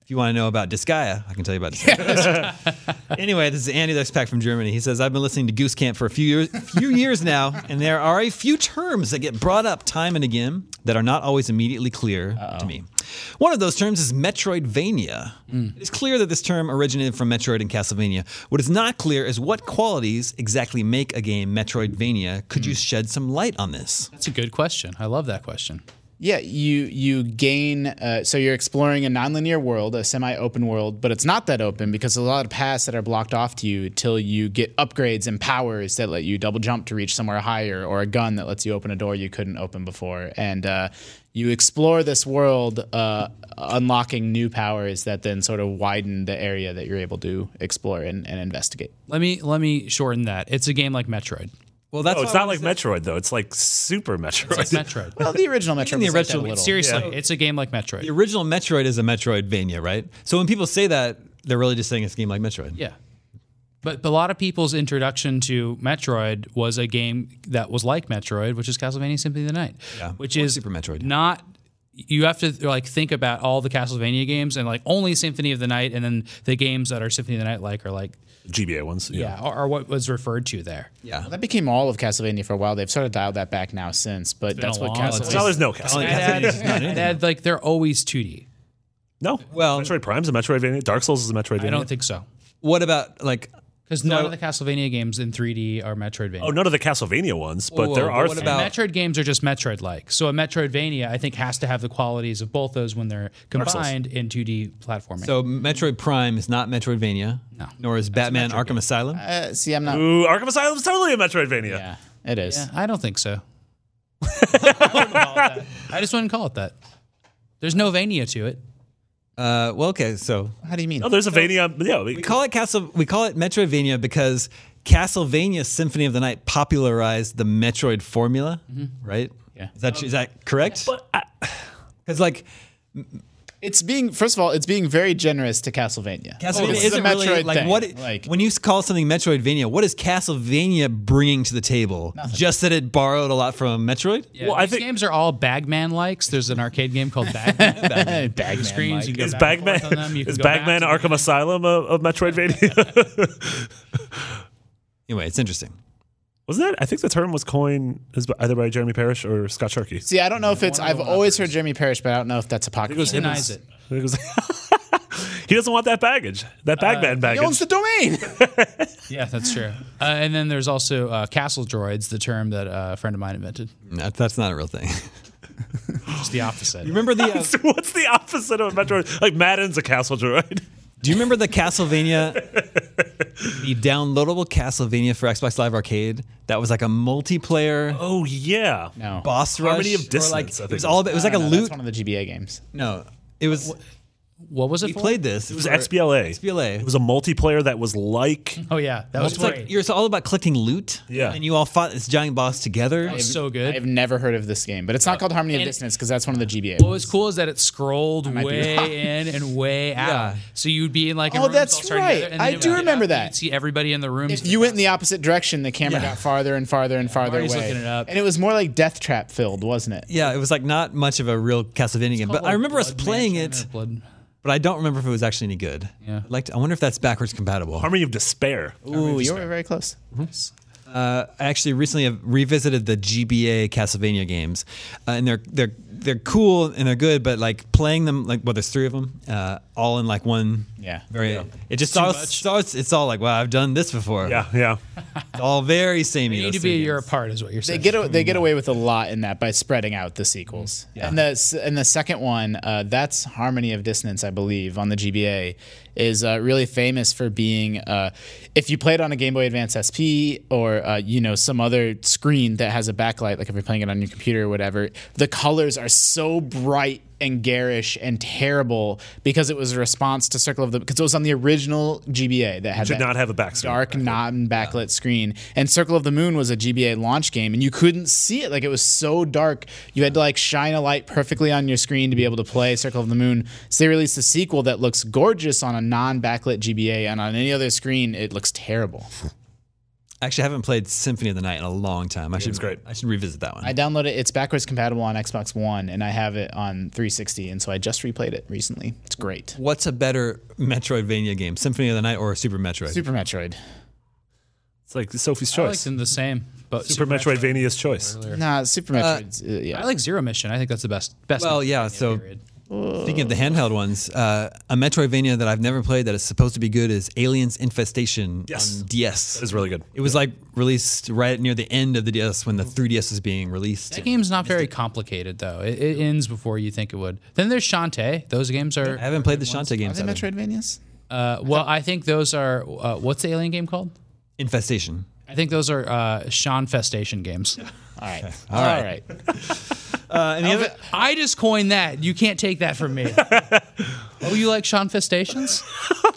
Speaker 3: If you want to know about Disgaea, I can tell you about Disgaea. anyway, this is Andy the Expat from Germany. He says, I've been listening to Goose Camp for a few years, few years now, and there are a few terms that get brought up time and again that are not always immediately clear to me. One of those terms is Metroidvania. It is clear that this term originated from Metroid and Castlevania. What is not clear is what qualities exactly make a game Metroidvania. Could you shed some light on this?
Speaker 4: That's a good question. I love that question.
Speaker 5: Yeah, you you gain. Uh, so you're exploring a nonlinear world, a semi-open world, but it's not that open because there's a lot of paths that are blocked off to you till you get upgrades and powers that let you double jump to reach somewhere higher, or a gun that lets you open a door you couldn't open before, and uh, you explore this world, uh, unlocking new powers that then sort of widen the area that you're able to explore and, and investigate.
Speaker 4: Let me let me shorten that. It's a game like Metroid.
Speaker 3: Well, that's
Speaker 6: Oh,
Speaker 3: why
Speaker 6: it's
Speaker 3: I
Speaker 6: not
Speaker 3: wanna
Speaker 6: like
Speaker 3: say-
Speaker 6: Metroid though. It's like super Metroid.
Speaker 4: It's Metroid.
Speaker 5: Well, the original Metro.
Speaker 3: the
Speaker 5: was like that a
Speaker 3: original,
Speaker 5: little.
Speaker 4: Seriously, it's a game like Metroid.
Speaker 3: The original Metroid is a Metroidvania, right? So when people say that, they're really just saying it's a game like Metroid.
Speaker 4: yeah. But, but a lot of people's introduction to Metroid was a game that was like Metroid, which is Castlevania Symphony of the Night, yeah. which is
Speaker 3: Super Metroid.
Speaker 4: Not you have to like think about all the Castlevania games and like only Symphony of the Night, and then the games that are Symphony of the Night like are like
Speaker 6: GBA ones. Yeah.
Speaker 4: yeah, are, are what was referred to there.
Speaker 3: Yeah.
Speaker 5: That became all of Castlevania for a while. They've sort of dialed that back now since, but
Speaker 4: been
Speaker 5: that's
Speaker 4: a
Speaker 5: what
Speaker 4: while.
Speaker 5: Castlevania.
Speaker 6: Now there's no Castlevania.
Speaker 3: Only
Speaker 4: Add,
Speaker 3: Castlevania's not in it.
Speaker 4: add, like they're always 2D.
Speaker 6: No.
Speaker 3: Well-
Speaker 6: Metroid Prime's a Metroidvania. Dark Souls is a Metroidvania.
Speaker 4: I don't think so
Speaker 3: What about like?
Speaker 4: because none of the Castlevania games in 3D are Metroidvania.
Speaker 6: Oh, none of the Castlevania ones, but
Speaker 3: Whoa,
Speaker 6: there
Speaker 3: but
Speaker 6: are.
Speaker 3: what
Speaker 6: three.
Speaker 3: about-
Speaker 4: Metroid games are just Metroid-like, so a Metroidvania I think has to have the qualities of both those when they're combined in 2D platforming.
Speaker 3: So Metroid Prime is not Metroidvania. No. Nor is Batman Arkham Asylum.
Speaker 5: Uh, see, I'm not.
Speaker 6: Ooh, Arkham Asylum is totally a Metroidvania.
Speaker 5: Yeah, it is.
Speaker 4: I don't think so. I just wouldn't call it that. There's no Vania to it.
Speaker 3: Uh, well, okay, so
Speaker 5: How do you mean?
Speaker 6: No, Oh, there's a Vania. Yeah, we-
Speaker 3: we call it Castle. We call it Metroidvania because Castlevania Symphony of the Night popularized the Metroid formula, right? Yeah. Is that, is that correct? Because like
Speaker 5: it's being first of all, it's being very generous to Castlevania.
Speaker 6: Oh,
Speaker 3: Castlevania
Speaker 5: This is
Speaker 3: isn't really like
Speaker 5: thing.
Speaker 3: what it-
Speaker 5: like
Speaker 3: when you call something Metroidvania, what is Castlevania bringing to the table? Just that it borrowed a lot from Metroid.
Speaker 4: well,
Speaker 6: I
Speaker 4: these
Speaker 6: think-
Speaker 4: games are all Bagman likes. There's an arcade game called Bagman. Bagman screens. You can go
Speaker 6: is
Speaker 4: back and forth
Speaker 6: Bagman
Speaker 4: on them, you can
Speaker 6: is
Speaker 4: go back
Speaker 6: Bagman
Speaker 4: to-
Speaker 6: Arkham Asylum of, of Metroidvania?
Speaker 3: Anyway, it's interesting.
Speaker 6: Wasn't that? I think the term was coined as b- either by Jeremy Parrish or Scott Sharkey.
Speaker 5: See, I don't know if it's. I've always heard Jeremy Parrish, but I don't know if that's apocryphal.
Speaker 4: He denies it.
Speaker 6: I think it was- he doesn't want that baggage. That Bagman
Speaker 5: He
Speaker 6: baggage.
Speaker 5: owns the domain.
Speaker 4: Yeah, that's true. Uh, and then there's also uh, castle droids, the term that uh, a friend of mine invented.
Speaker 3: That, that's not a real thing.
Speaker 4: It's the opposite.
Speaker 3: Remember the uh,
Speaker 6: What's the opposite of a Metroid? Like Madden's a castle droid.
Speaker 3: Do you remember the Castlevania, the downloadable Castlevania for Xbox Live Arcade? That was like a multiplayer
Speaker 6: Oh yeah.
Speaker 5: no,
Speaker 3: boss rush.
Speaker 6: Harmony of
Speaker 3: or like,
Speaker 6: Dissonance, I
Speaker 3: it
Speaker 6: think
Speaker 3: was
Speaker 6: it
Speaker 3: all.
Speaker 6: was.
Speaker 3: about- It was like a
Speaker 5: no,
Speaker 3: loot.
Speaker 5: that's one of the GBA games.
Speaker 3: No, it was.
Speaker 4: what was it
Speaker 3: We
Speaker 4: for?
Speaker 3: played this.
Speaker 6: It was XBLA.
Speaker 3: XBLA.
Speaker 6: It was a multiplayer that was like.
Speaker 4: Oh yeah, that was
Speaker 3: It's like
Speaker 4: great.
Speaker 3: you're it's all about collecting loot.
Speaker 6: Yeah.
Speaker 3: And you all fought this giant boss together.
Speaker 4: That was so good.
Speaker 5: I've never heard of this game, but it's not called Harmony of Dissonance because that's one of the GBA.
Speaker 4: What was cool is that it scrolled
Speaker 5: might be
Speaker 4: way
Speaker 5: wrong.
Speaker 4: in and way out.
Speaker 3: Yeah.
Speaker 4: So you'd be in like, a
Speaker 5: Oh,
Speaker 4: room
Speaker 5: that's
Speaker 4: all starting
Speaker 5: right.
Speaker 4: together, and then
Speaker 5: I
Speaker 4: it would
Speaker 5: do
Speaker 4: get
Speaker 5: remember
Speaker 4: up, and
Speaker 5: that.
Speaker 4: You'd see everybody in the room.
Speaker 5: If you went in the opposite direction, the camera
Speaker 3: Yeah.
Speaker 5: got farther and farther and farther
Speaker 4: Marty's
Speaker 5: away.
Speaker 4: looking it up.
Speaker 5: And it was more like Death Trap filled, wasn't it?
Speaker 3: Yeah, it was like not much of a real Castlevania game, but I remember us playing it,
Speaker 4: Blood.
Speaker 3: but I don't remember if it was actually any good.
Speaker 4: Yeah.
Speaker 3: I'd Like, to- I wonder if that's backwards compatible.
Speaker 6: Harmony of Despair.
Speaker 5: Ooh, you were very close.
Speaker 3: Mm-hmm. I actually recently have revisited the GBA Castlevania games, uh, and they're they're they're cool and they're good, but like playing them like well, there's three of them, uh, all in like one.
Speaker 5: Yeah.
Speaker 3: Very. It just all starts. It's all like wow, I've done this before.
Speaker 6: Yeah, yeah.
Speaker 3: It's all very samey.
Speaker 4: You need
Speaker 3: those
Speaker 4: to
Speaker 3: three
Speaker 4: be a
Speaker 3: games.
Speaker 4: year apart, is what you're
Speaker 5: They
Speaker 4: saying.
Speaker 5: get a, they get away with a lot in that by spreading out the sequels.
Speaker 6: Mm-hmm.
Speaker 5: And the s- and the second one, uh, that's Harmony of Dissonance, I believe, on the GBA, is uh, really famous for being. Uh, if you played on a Game Boy Advance SP or uh, you know some other screen that has a backlight, like if you're playing it on your computer or whatever, the colors are so bright and garish and terrible because it was a response to Circle of the because it was on the original GBA that had
Speaker 6: Should
Speaker 5: that
Speaker 6: not have a backstory.
Speaker 5: dark, non backlit screen. And Circle of the Moon was a GBA launch game, and you couldn't see it. Like it was so dark, you had to like shine a light perfectly on your screen to be able to play Circle of the Moon. So they released a sequel that looks gorgeous on a non backlit GBA, and on any other screen, it looks terrible.
Speaker 3: Actually, I haven't played Symphony of the Night in a long time. I should.
Speaker 6: great.
Speaker 3: I should revisit that one.
Speaker 5: I downloaded it. It's backwards compatible on Xbox One, and I have it on 360, and so I just replayed it recently. It's great.
Speaker 3: What's a better Metroidvania game, Symphony of the Night or Super Metroid?
Speaker 5: Super Metroid.
Speaker 6: It's like Sophie's
Speaker 4: I like
Speaker 6: choice.
Speaker 4: them the same, but
Speaker 6: Super Metroidvania's choice.
Speaker 5: Nah, Super Metroid's uh, yeah.
Speaker 4: I like Zero Mission. I think that's the best. Best.
Speaker 3: Well,
Speaker 4: Metroidvania,
Speaker 3: yeah, so-
Speaker 4: period.
Speaker 3: Speaking of the handheld ones, uh, a Metroidvania that I've never played that is supposed to be good is Aliens Infestation
Speaker 6: Yes.
Speaker 3: on DS.
Speaker 6: It's really good.
Speaker 3: It was like released right near the end of the DS when the 3DS was being released.
Speaker 4: That game's not very complicated though. It, it ends before you think it would. Then there's Shantae. Those games
Speaker 3: I
Speaker 4: are.
Speaker 3: haven't played the Shantae
Speaker 5: Are
Speaker 3: games.
Speaker 5: they
Speaker 3: either.
Speaker 5: Metroidvanias?
Speaker 4: Uh, well, I think those are. Uh, what's the alien game called?
Speaker 3: Infestation.
Speaker 4: I think those are uh, Sean Festation games.
Speaker 5: All right. All right.
Speaker 3: Uh, and the other,
Speaker 4: I just coined that. You can't take that from me. oh, you like Sean Festations?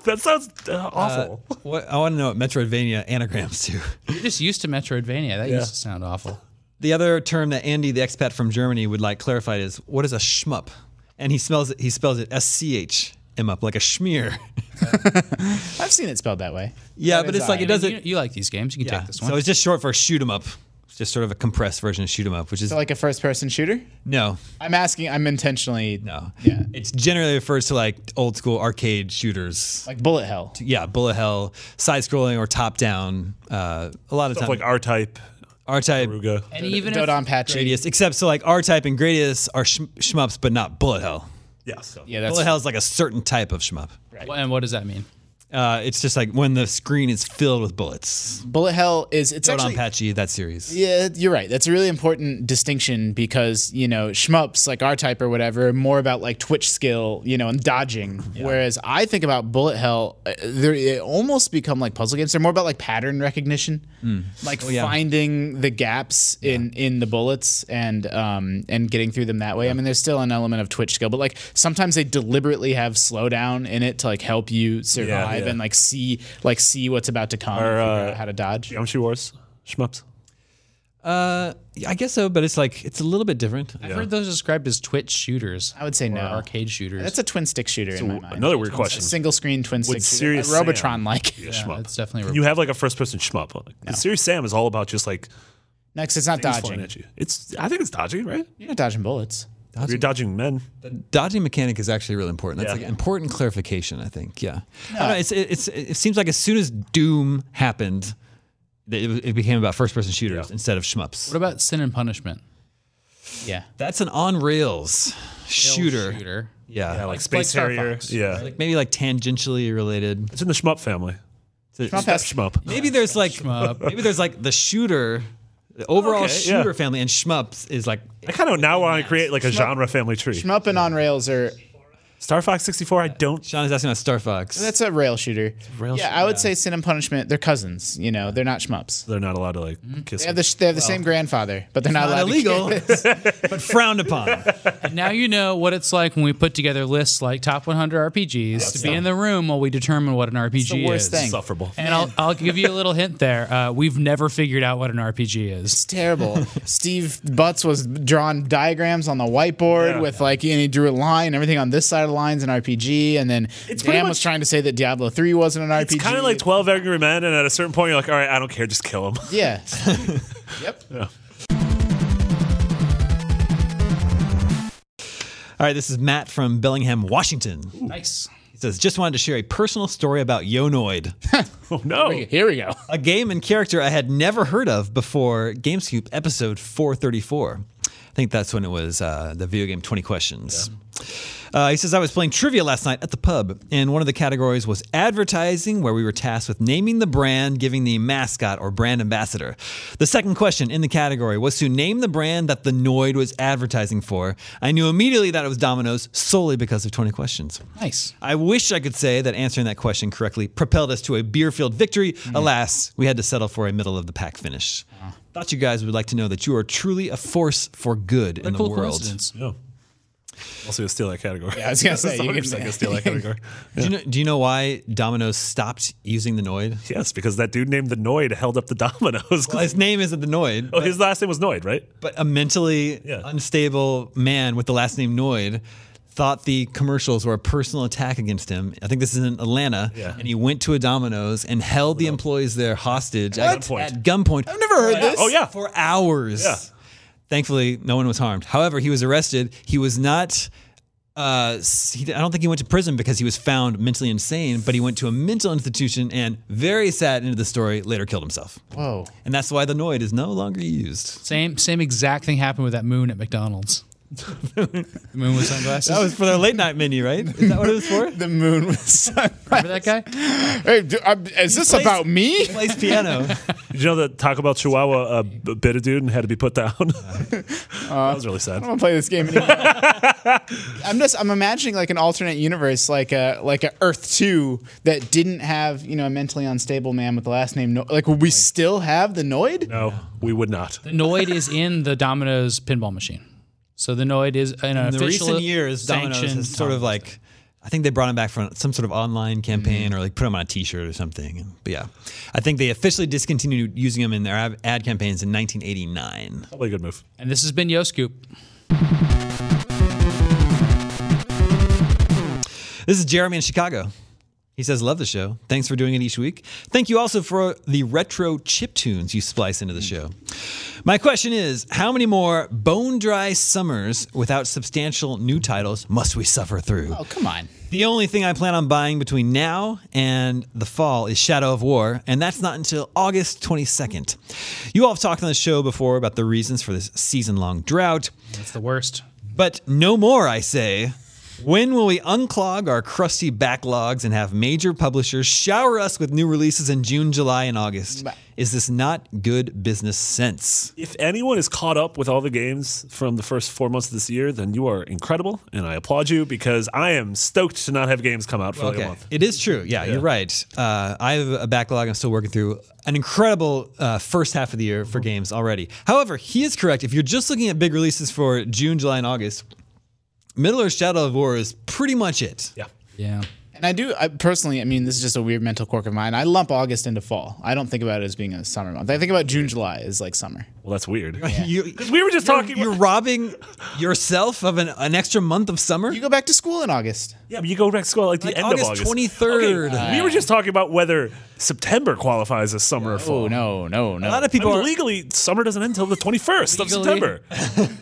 Speaker 6: That sounds uh, awful.
Speaker 3: what, I want to know what Metroidvania anagrams do.
Speaker 4: You're just used to Metroidvania. That used to sound awful.
Speaker 3: The other term that Andy, the expat from Germany, would like clarified is what is a shmup? And he smells it. He spells it S C H M up like a schmear.
Speaker 5: I've seen it spelled that way.
Speaker 3: yeah, but
Speaker 5: is
Speaker 3: it's like
Speaker 5: odd.
Speaker 3: it doesn't.
Speaker 4: you, you like these games. You can
Speaker 3: yeah.
Speaker 4: take this one.
Speaker 3: So it's just short for shoot 'em up. It's just sort of a compressed version of shoot 'em up, which is
Speaker 5: Is it like a first person shooter?
Speaker 3: no,
Speaker 5: I'm asking, I'm intentionally
Speaker 3: no.
Speaker 5: Yeah.
Speaker 3: It's generally refers to like old school arcade shooters.
Speaker 5: like bullet hell.
Speaker 3: yeah, bullet hell, side scrolling or top down. Uh, a lot of
Speaker 6: Stuff
Speaker 3: times,
Speaker 6: like R Type,
Speaker 3: R type,
Speaker 6: Ruga.
Speaker 4: And even
Speaker 5: Dodon Patchy.
Speaker 3: Gradius, except so like R type and Gradius are sh- shmups, but not bullet hell.
Speaker 6: Yeah.
Speaker 5: Yeah,
Speaker 3: Bullet
Speaker 5: that's
Speaker 3: hell is like a certain type of shmup.
Speaker 4: and what does that mean?
Speaker 3: Uh, it's just like when the screen is filled with bullets.
Speaker 5: bullet hell is it's
Speaker 3: Dodon
Speaker 5: actually
Speaker 3: Patchy, that series.
Speaker 5: Yeah, you're right. That's a really important distinction because, you know, shmups like our type or whatever are more about like twitch skill, you know, and dodging. Whereas I think about bullet hell, uh, they're, they almost become like puzzle games. They're more about like pattern recognition,
Speaker 6: Hmm. Oh,
Speaker 5: like finding the gaps in in the bullets and um and getting through them that way. I mean, there's still an element of twitch skill, but like sometimes they deliberately have slowdown in it to like help you survive
Speaker 6: yeah.
Speaker 5: and like see like see what's about to come, and
Speaker 6: Or,
Speaker 5: figure
Speaker 6: uh,
Speaker 5: out how to dodge.
Speaker 6: Yamshi Wars, Shmups.
Speaker 3: Uh, yeah, I guess so, but it's like it's a little bit different.
Speaker 4: I've heard those described as Twitch shooters.
Speaker 5: I would say
Speaker 4: or
Speaker 5: no.
Speaker 6: uh,
Speaker 4: Arcade shooters.
Speaker 5: That's a twin stick shooter in my mind.
Speaker 6: Another weird
Speaker 5: a
Speaker 6: question.
Speaker 5: single screen twin stick
Speaker 6: Would
Speaker 5: shooter, a
Speaker 6: Serious Sam-
Speaker 5: Robotron like.
Speaker 6: Yeah,
Speaker 4: yeah,
Speaker 6: shmup.
Speaker 4: that's definitely.
Speaker 6: You have like a first person shmup. The Serious Sam is all about just like
Speaker 5: No, 'cause it's not
Speaker 6: things flying
Speaker 5: dodging.
Speaker 6: at you. It's I think it's dodging, right?
Speaker 5: You're not dodging bullets.
Speaker 6: You're dodging men.
Speaker 3: Dodging mechanic is actually really important. That's
Speaker 6: Yeah.
Speaker 3: like an important clarification, I think. Yeah, I don't know, it's, it's, it seems like as soon as Doom happened, that it, it became about first person shooters
Speaker 6: Yeah.
Speaker 3: instead of shmups.
Speaker 4: What about Sin and Punishment?
Speaker 5: Yeah.
Speaker 3: That's an on rails shooter.
Speaker 4: Shooter.
Speaker 3: Yeah,
Speaker 6: Yeah, like
Speaker 3: It's
Speaker 6: Space
Speaker 4: Star
Speaker 6: Harrier.
Speaker 4: Fox,
Speaker 6: Yeah.
Speaker 3: like maybe like tangentially related.
Speaker 6: It's in the shmup family.
Speaker 3: So
Speaker 5: Shmup has-
Speaker 6: Shmup.
Speaker 3: maybe there's like maybe there's like the shooter, the overall
Speaker 6: Okay, yeah.
Speaker 3: shooter family, and shmups is like
Speaker 6: I kind of now want to create like a genre family tree.
Speaker 5: Shmup and on rails are
Speaker 6: Star Fox 64, I don't.
Speaker 3: Sean is asking about Star Fox.
Speaker 5: that's a rail shooter.
Speaker 6: rail
Speaker 5: yeah,
Speaker 6: shooter,
Speaker 5: I would say Sin and Punishment. They're cousins. You know, they're not shmups.
Speaker 6: They're not allowed to like kiss.
Speaker 5: They have the, sh- they have the same grandfather, but they're not,
Speaker 3: not
Speaker 5: allowed to
Speaker 3: illegal, but frowned upon.
Speaker 4: Now you know what it's like when we put together lists like top 100 RPGs to be in the room while we determine what an RPG
Speaker 5: the worst
Speaker 4: is.
Speaker 5: thing.
Speaker 6: Insufferable.
Speaker 4: And I'll, I'll give you a little hint there. Uh, we've never figured out what an RPG is.
Speaker 5: It's terrible. Steve Butts was drawing diagrams on the whiteboard
Speaker 6: Yeah.
Speaker 5: with like, and he drew a line, everything on this side of the lines an RPG, and then
Speaker 6: It's pretty
Speaker 5: Dan was
Speaker 6: much-
Speaker 5: trying to say that Diablo three wasn't an RPG.
Speaker 6: It's kind of like 12 Angry Men, and at a certain point, you're like, all right, I don't care, just kill him.
Speaker 5: yeah. yep.
Speaker 3: All right, this is Matt from Bellingham, Washington.
Speaker 4: Nice.
Speaker 3: He says, "Just wanted to share a personal story about Yonoid,
Speaker 6: Oh, no.
Speaker 5: Here we go.
Speaker 3: a game and character I had never heard of before GameScoop episode 434. I think that's when it was uh, the video game 20 questions." Uh, he says, I was playing trivia last night at the pub, and one of the categories was advertising, where we were tasked with naming the brand, giving the mascot or brand ambassador. The second question in the category was to name the brand that the Noid was advertising for. I knew immediately that it was Domino's solely because of 20 questions.
Speaker 4: Nice.
Speaker 3: I wish I could say that answering that question correctly propelled us to a beer filled victory.
Speaker 4: Mm.
Speaker 3: Alas, we had to settle for a middle of the pack finish.
Speaker 4: Uh-huh.
Speaker 3: Thought you guys would like to know that you are truly a force for good in the
Speaker 4: Cool
Speaker 3: world.
Speaker 4: coincidence.
Speaker 6: No. Also, steal that category.
Speaker 5: I was gonna say, you can-
Speaker 6: going to steal that category.
Speaker 3: Do you, know, do you know why Domino's stopped using the Noid?
Speaker 6: yes, because that dude named the Noid held up the dominoes.
Speaker 3: Well, his name isn't the Noid,
Speaker 6: oh,
Speaker 3: but,
Speaker 6: his last name was Noid, right?
Speaker 3: but a mentally
Speaker 6: Yeah.
Speaker 3: unstable man with the last name Noid thought the commercials were a personal attack against him. I think this is in Atlanta,
Speaker 6: Yeah.
Speaker 3: and he went to a Domino's and held the employees there hostage At,
Speaker 6: gunpoint.
Speaker 3: at gunpoint.
Speaker 5: I've never heard this.
Speaker 6: Oh, yeah.
Speaker 3: for hours.
Speaker 6: Yeah.
Speaker 3: Thankfully, no one was harmed. However, he was arrested. He was not. Uh, s- he, I don't think he went to prison because he was found mentally insane, but he went to a mental institution and, very sad end of the story, later killed himself.
Speaker 5: Whoa.
Speaker 3: And that's why the Noid is no longer used.
Speaker 4: Same same exact thing happened with that moon at McDonald's. the moon with sunglasses.
Speaker 3: That was for their late night menu, right? Is that what it was for?
Speaker 5: The moon was sun.
Speaker 4: Remember that guy?
Speaker 5: Hey, do- I'm- is this
Speaker 3: plays-
Speaker 5: about me?
Speaker 3: Plays piano.
Speaker 6: Did you know that Taco Bell Chihuahua uh, b- bit a dude and had to be put down?
Speaker 5: Uh,
Speaker 6: that was really sad.
Speaker 5: I don't play this game anymore. I'm just I'm imagining like an alternate universe, like a like a Earth two that didn't have you know a mentally unstable man with the last name. No- like would we still have the Noid?
Speaker 6: No, we would not.
Speaker 4: The Noid is in the Domino's pinball machine. So the Noid is an
Speaker 3: In the
Speaker 4: official
Speaker 3: recent years, Domino's
Speaker 4: sanctioned
Speaker 3: has sort of
Speaker 4: Domino's.
Speaker 3: like, I think they brought him back for some sort of online
Speaker 4: Mm-hmm.
Speaker 3: campaign or like put him on a T-shirt or something. But yeah, I think they officially discontinued using him in their ad- ad campaigns in 1989.
Speaker 6: Probably a good move.
Speaker 4: And this has been Yo Scoop.
Speaker 3: This is Jeremy in Chicago. He He says, Love the show. Thanks for doing it each week. Thank you also for the retro chip tunes you splice
Speaker 4: Mm.
Speaker 3: into the show. My question is How many more bone dry summers without substantial new titles must we suffer through?
Speaker 5: Oh, come on.
Speaker 3: The only thing I plan on buying between now and the fall is Shadow of War, and that's not until August 22nd. You all have talked on the show before about the reasons for this season long drought,
Speaker 4: That's the worst.
Speaker 3: but no more, I say. When will we unclog our crusty backlogs and have major publishers shower us with new releases in June, July, and August? Is this not good business sense?
Speaker 6: If anyone is caught up with all the games from the first four months of this year, then you are incredible, and I applaud you because I am stoked to not have games come out for like a
Speaker 3: Okay,
Speaker 6: month.
Speaker 3: it is true. Yeah, you're right. Uh, I have a backlog. I'm still working through an incredible uh, first half of the year for games already. However, he is correct. If you're just looking at big releases for June, July, and August, Middle Earth Shadow of War is pretty much it.
Speaker 6: Yeah.
Speaker 4: Yeah.
Speaker 5: And I do I personally. I mean, this is just a weird mental quirk of mine. I lump August into fall. I don't think about it as being a summer month. I think about June, July as like summer.
Speaker 6: Well, that's weird.
Speaker 3: You,
Speaker 6: We were just talking.
Speaker 3: you're robbing yourself of an, an extra month of summer.
Speaker 5: You go back to school in August.
Speaker 6: yeah, but you go back to school at, like the
Speaker 3: Like
Speaker 6: end
Speaker 3: August
Speaker 6: of August
Speaker 3: 23rd.
Speaker 6: Okay, we were just talking about whether September qualifies as summer or fall.
Speaker 5: Oh no, no, no.
Speaker 3: a lot of people
Speaker 6: I mean,
Speaker 3: are
Speaker 6: legally, summer doesn't end until the 21st of
Speaker 4: Legally.
Speaker 6: September. Um,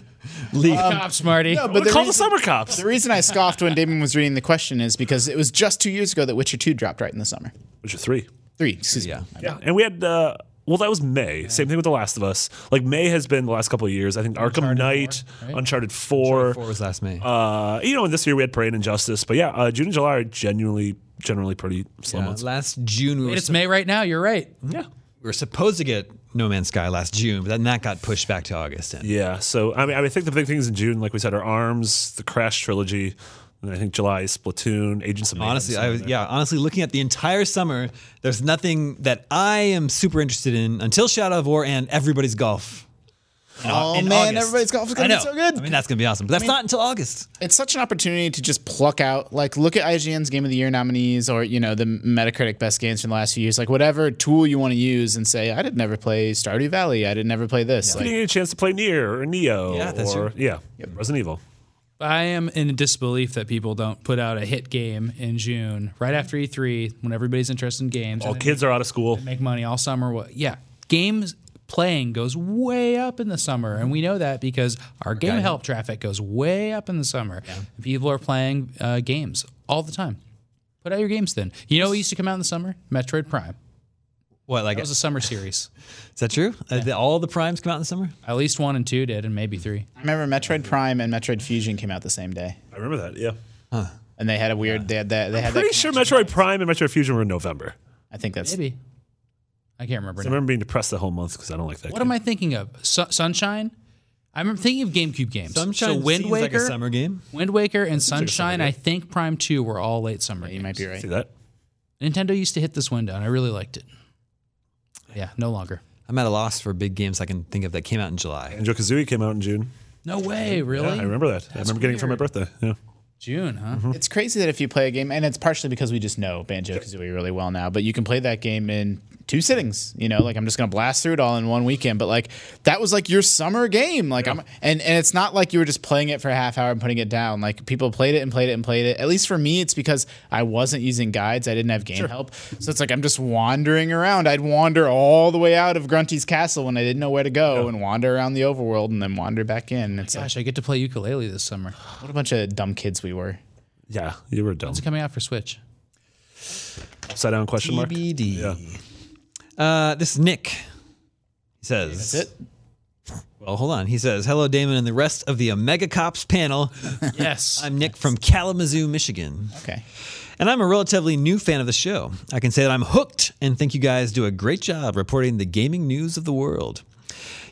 Speaker 3: Um,
Speaker 4: Cops, Marty.
Speaker 5: no, but
Speaker 6: But
Speaker 5: the
Speaker 6: call the
Speaker 5: reason,
Speaker 6: summer cops.
Speaker 5: the reason I scoffed when Damon was reading the question is because it was just two years ago that Witcher Two dropped right in the summer.
Speaker 6: Which are three.
Speaker 5: Three, excuse me.
Speaker 3: Yeah.
Speaker 6: Yeah. And we had, uh, well, that was May. Same thing with The Last of Us. Like, May has been the last couple of years. I think Arkham Knight, Uncharted 4.
Speaker 3: Four was last May.
Speaker 6: Uh, you know, and this year we had Parade and Justice. But yeah, uh, June and July are genuinely, generally pretty slow
Speaker 3: Uh,
Speaker 6: months.
Speaker 3: last June, we were,
Speaker 4: It's May right now. You're right.
Speaker 6: Yeah.
Speaker 3: we were supposed to get No Man's Sky last June, but then that got pushed back to August. And
Speaker 6: Yeah. So, I mean, I mean, I think the big things in June, like we said, are Arms, the Crash trilogy. And I think July is Splatoon, Agents of Mayhem.
Speaker 3: Honestly,
Speaker 6: So-
Speaker 3: I was yeah. Honestly, looking at the entire summer, there's nothing that I am super interested in until Shadow of War and everybody's golf.
Speaker 5: Oh
Speaker 3: in
Speaker 5: man,
Speaker 3: August.
Speaker 5: everybody's golf is gonna be so good.
Speaker 3: I mean, that's gonna be awesome, but that's not until August.
Speaker 5: it's such an opportunity to just pluck out like look at IGN's game of the year nominees or you know the Metacritic best games from the last few years like whatever tool you want to use and say I did never play Stardew Valley I did never play this
Speaker 6: You
Speaker 5: like
Speaker 6: get a chance to play Nier or Neo
Speaker 3: Yeah, that's
Speaker 6: or
Speaker 3: true.
Speaker 6: yeah, Resident Evil.
Speaker 4: I am in disbelief that people don't put out a hit game in June, right after E3, when everybody's interested in games.
Speaker 6: All
Speaker 4: and they
Speaker 6: kids are out of school.
Speaker 4: make money all summer. Well, Yeah, games playing goes way up in the summer, and we know that because our game help traffic goes way up in the summer. People are playing uh, games all the time. Put out your games then. You know what used to come out in the summer? Metroid Prime.
Speaker 3: What like
Speaker 4: That was a summer series.
Speaker 3: is that true? Uh, the- all the primes come out in the summer.
Speaker 4: At least one and two did, and maybe three.
Speaker 5: I remember Metroid Prime and Metroid Fusion came out the same day
Speaker 6: I remember that. Yeah.
Speaker 5: and they had a weird they had that they had
Speaker 6: Pretty
Speaker 5: that
Speaker 6: sure Metroid Prime and Metroid Fusion were in November.
Speaker 5: I think that's
Speaker 4: Maybe. I can't remember.
Speaker 6: I
Speaker 4: now.
Speaker 6: remember being depressed the whole month because I don't like that.
Speaker 4: What am I thinking of? Su- Sunshine. I remember thinking of GameCube games.
Speaker 3: Sunshine
Speaker 4: so Wind
Speaker 3: seems
Speaker 4: Waker,
Speaker 3: like a summer game.
Speaker 4: Wind Waker, and Sunshine. I think Prime Two were all late summer.
Speaker 5: you might be right
Speaker 6: See that?
Speaker 4: Nintendo used to hit this window, and I really liked it. Yeah, no longer.
Speaker 3: I'm at a loss for big games I can think of that came out in July.
Speaker 6: Banjo Kazooie came out in June.
Speaker 4: No way, really.
Speaker 6: Yeah, I remember Mm-hmm. that. I remember getting it for my birthday. Yeah.
Speaker 4: June, huh?
Speaker 5: it's crazy that if you play a game and it's partially because we just know Banjo Kazooie really well now but you can play that game in two sittings you know like I'm just gonna blast through it all in one weekend but like that was like your summer game like I'm and and it's not like you were just playing it for a half hour and putting it down like people played it and played it and played it at least for me it's because I wasn't using guides I didn't have game help so it's like I'm just wandering around I'd wander all the way out of Grunty's castle when I didn't know where to go and wander around the overworld and then wander back in it's like
Speaker 4: Gosh, I get to play ukulele this summer.
Speaker 5: what a bunch of dumb kids we were
Speaker 6: Yeah. You were dumb.
Speaker 4: It's coming out for Switch.
Speaker 6: Upside down question mark.
Speaker 3: TBD.
Speaker 6: Yeah.
Speaker 3: Uh, this is Nick he says.
Speaker 5: That's it?
Speaker 3: Well, hold on. He says, "Hello, Damon, and the rest of the Omega Cops panel.
Speaker 4: Yes.
Speaker 3: I'm Nick from Kalamazoo, Michigan."
Speaker 5: okay
Speaker 3: And I'm a relatively new fan of the show. I can say that I'm hooked and think you guys do a great job reporting the gaming news of the world.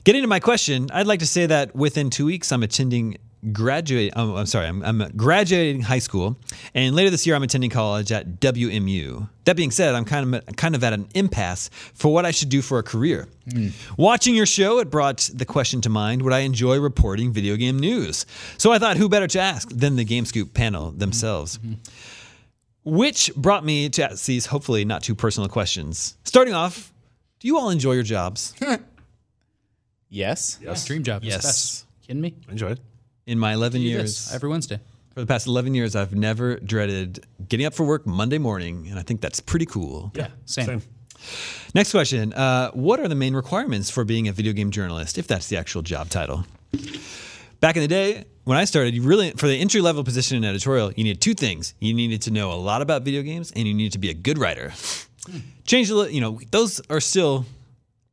Speaker 3: Getting to my question, I'd like to say that within two weeks, I'm attending graduate. Oh, I'm sorry, I'm, I'm graduating high school, and later this year, I'm attending college at WMU. That being said, I'm kind of kind of at an impasse for what I should do for a career. Watching your show, it brought the question to mind: Would I enjoy reporting video game news? So I thought, who better to ask than the Game Scoop panel themselves? Which brought me to ask these hopefully not too personal questions. Starting off, do you all enjoy your jobs?
Speaker 5: yes
Speaker 4: Dream job. is the
Speaker 3: Yes.
Speaker 4: best. Kidding me?
Speaker 6: Enjoy.
Speaker 3: In my 11
Speaker 4: Do
Speaker 3: years,
Speaker 4: this every Wednesday.
Speaker 3: for the past 11 years, I've never dreaded getting up for work Monday morning, and I think that's pretty cool.
Speaker 6: Yeah,
Speaker 4: same.
Speaker 3: Next question: uh, What are the main requirements for being a video game journalist, if that's the actual job title? Back in the day, when I started, you really for the entry level position in editorial, you needed two things: you needed to know a lot about video games, and you needed to be a good writer. Change the, li- you know, those are still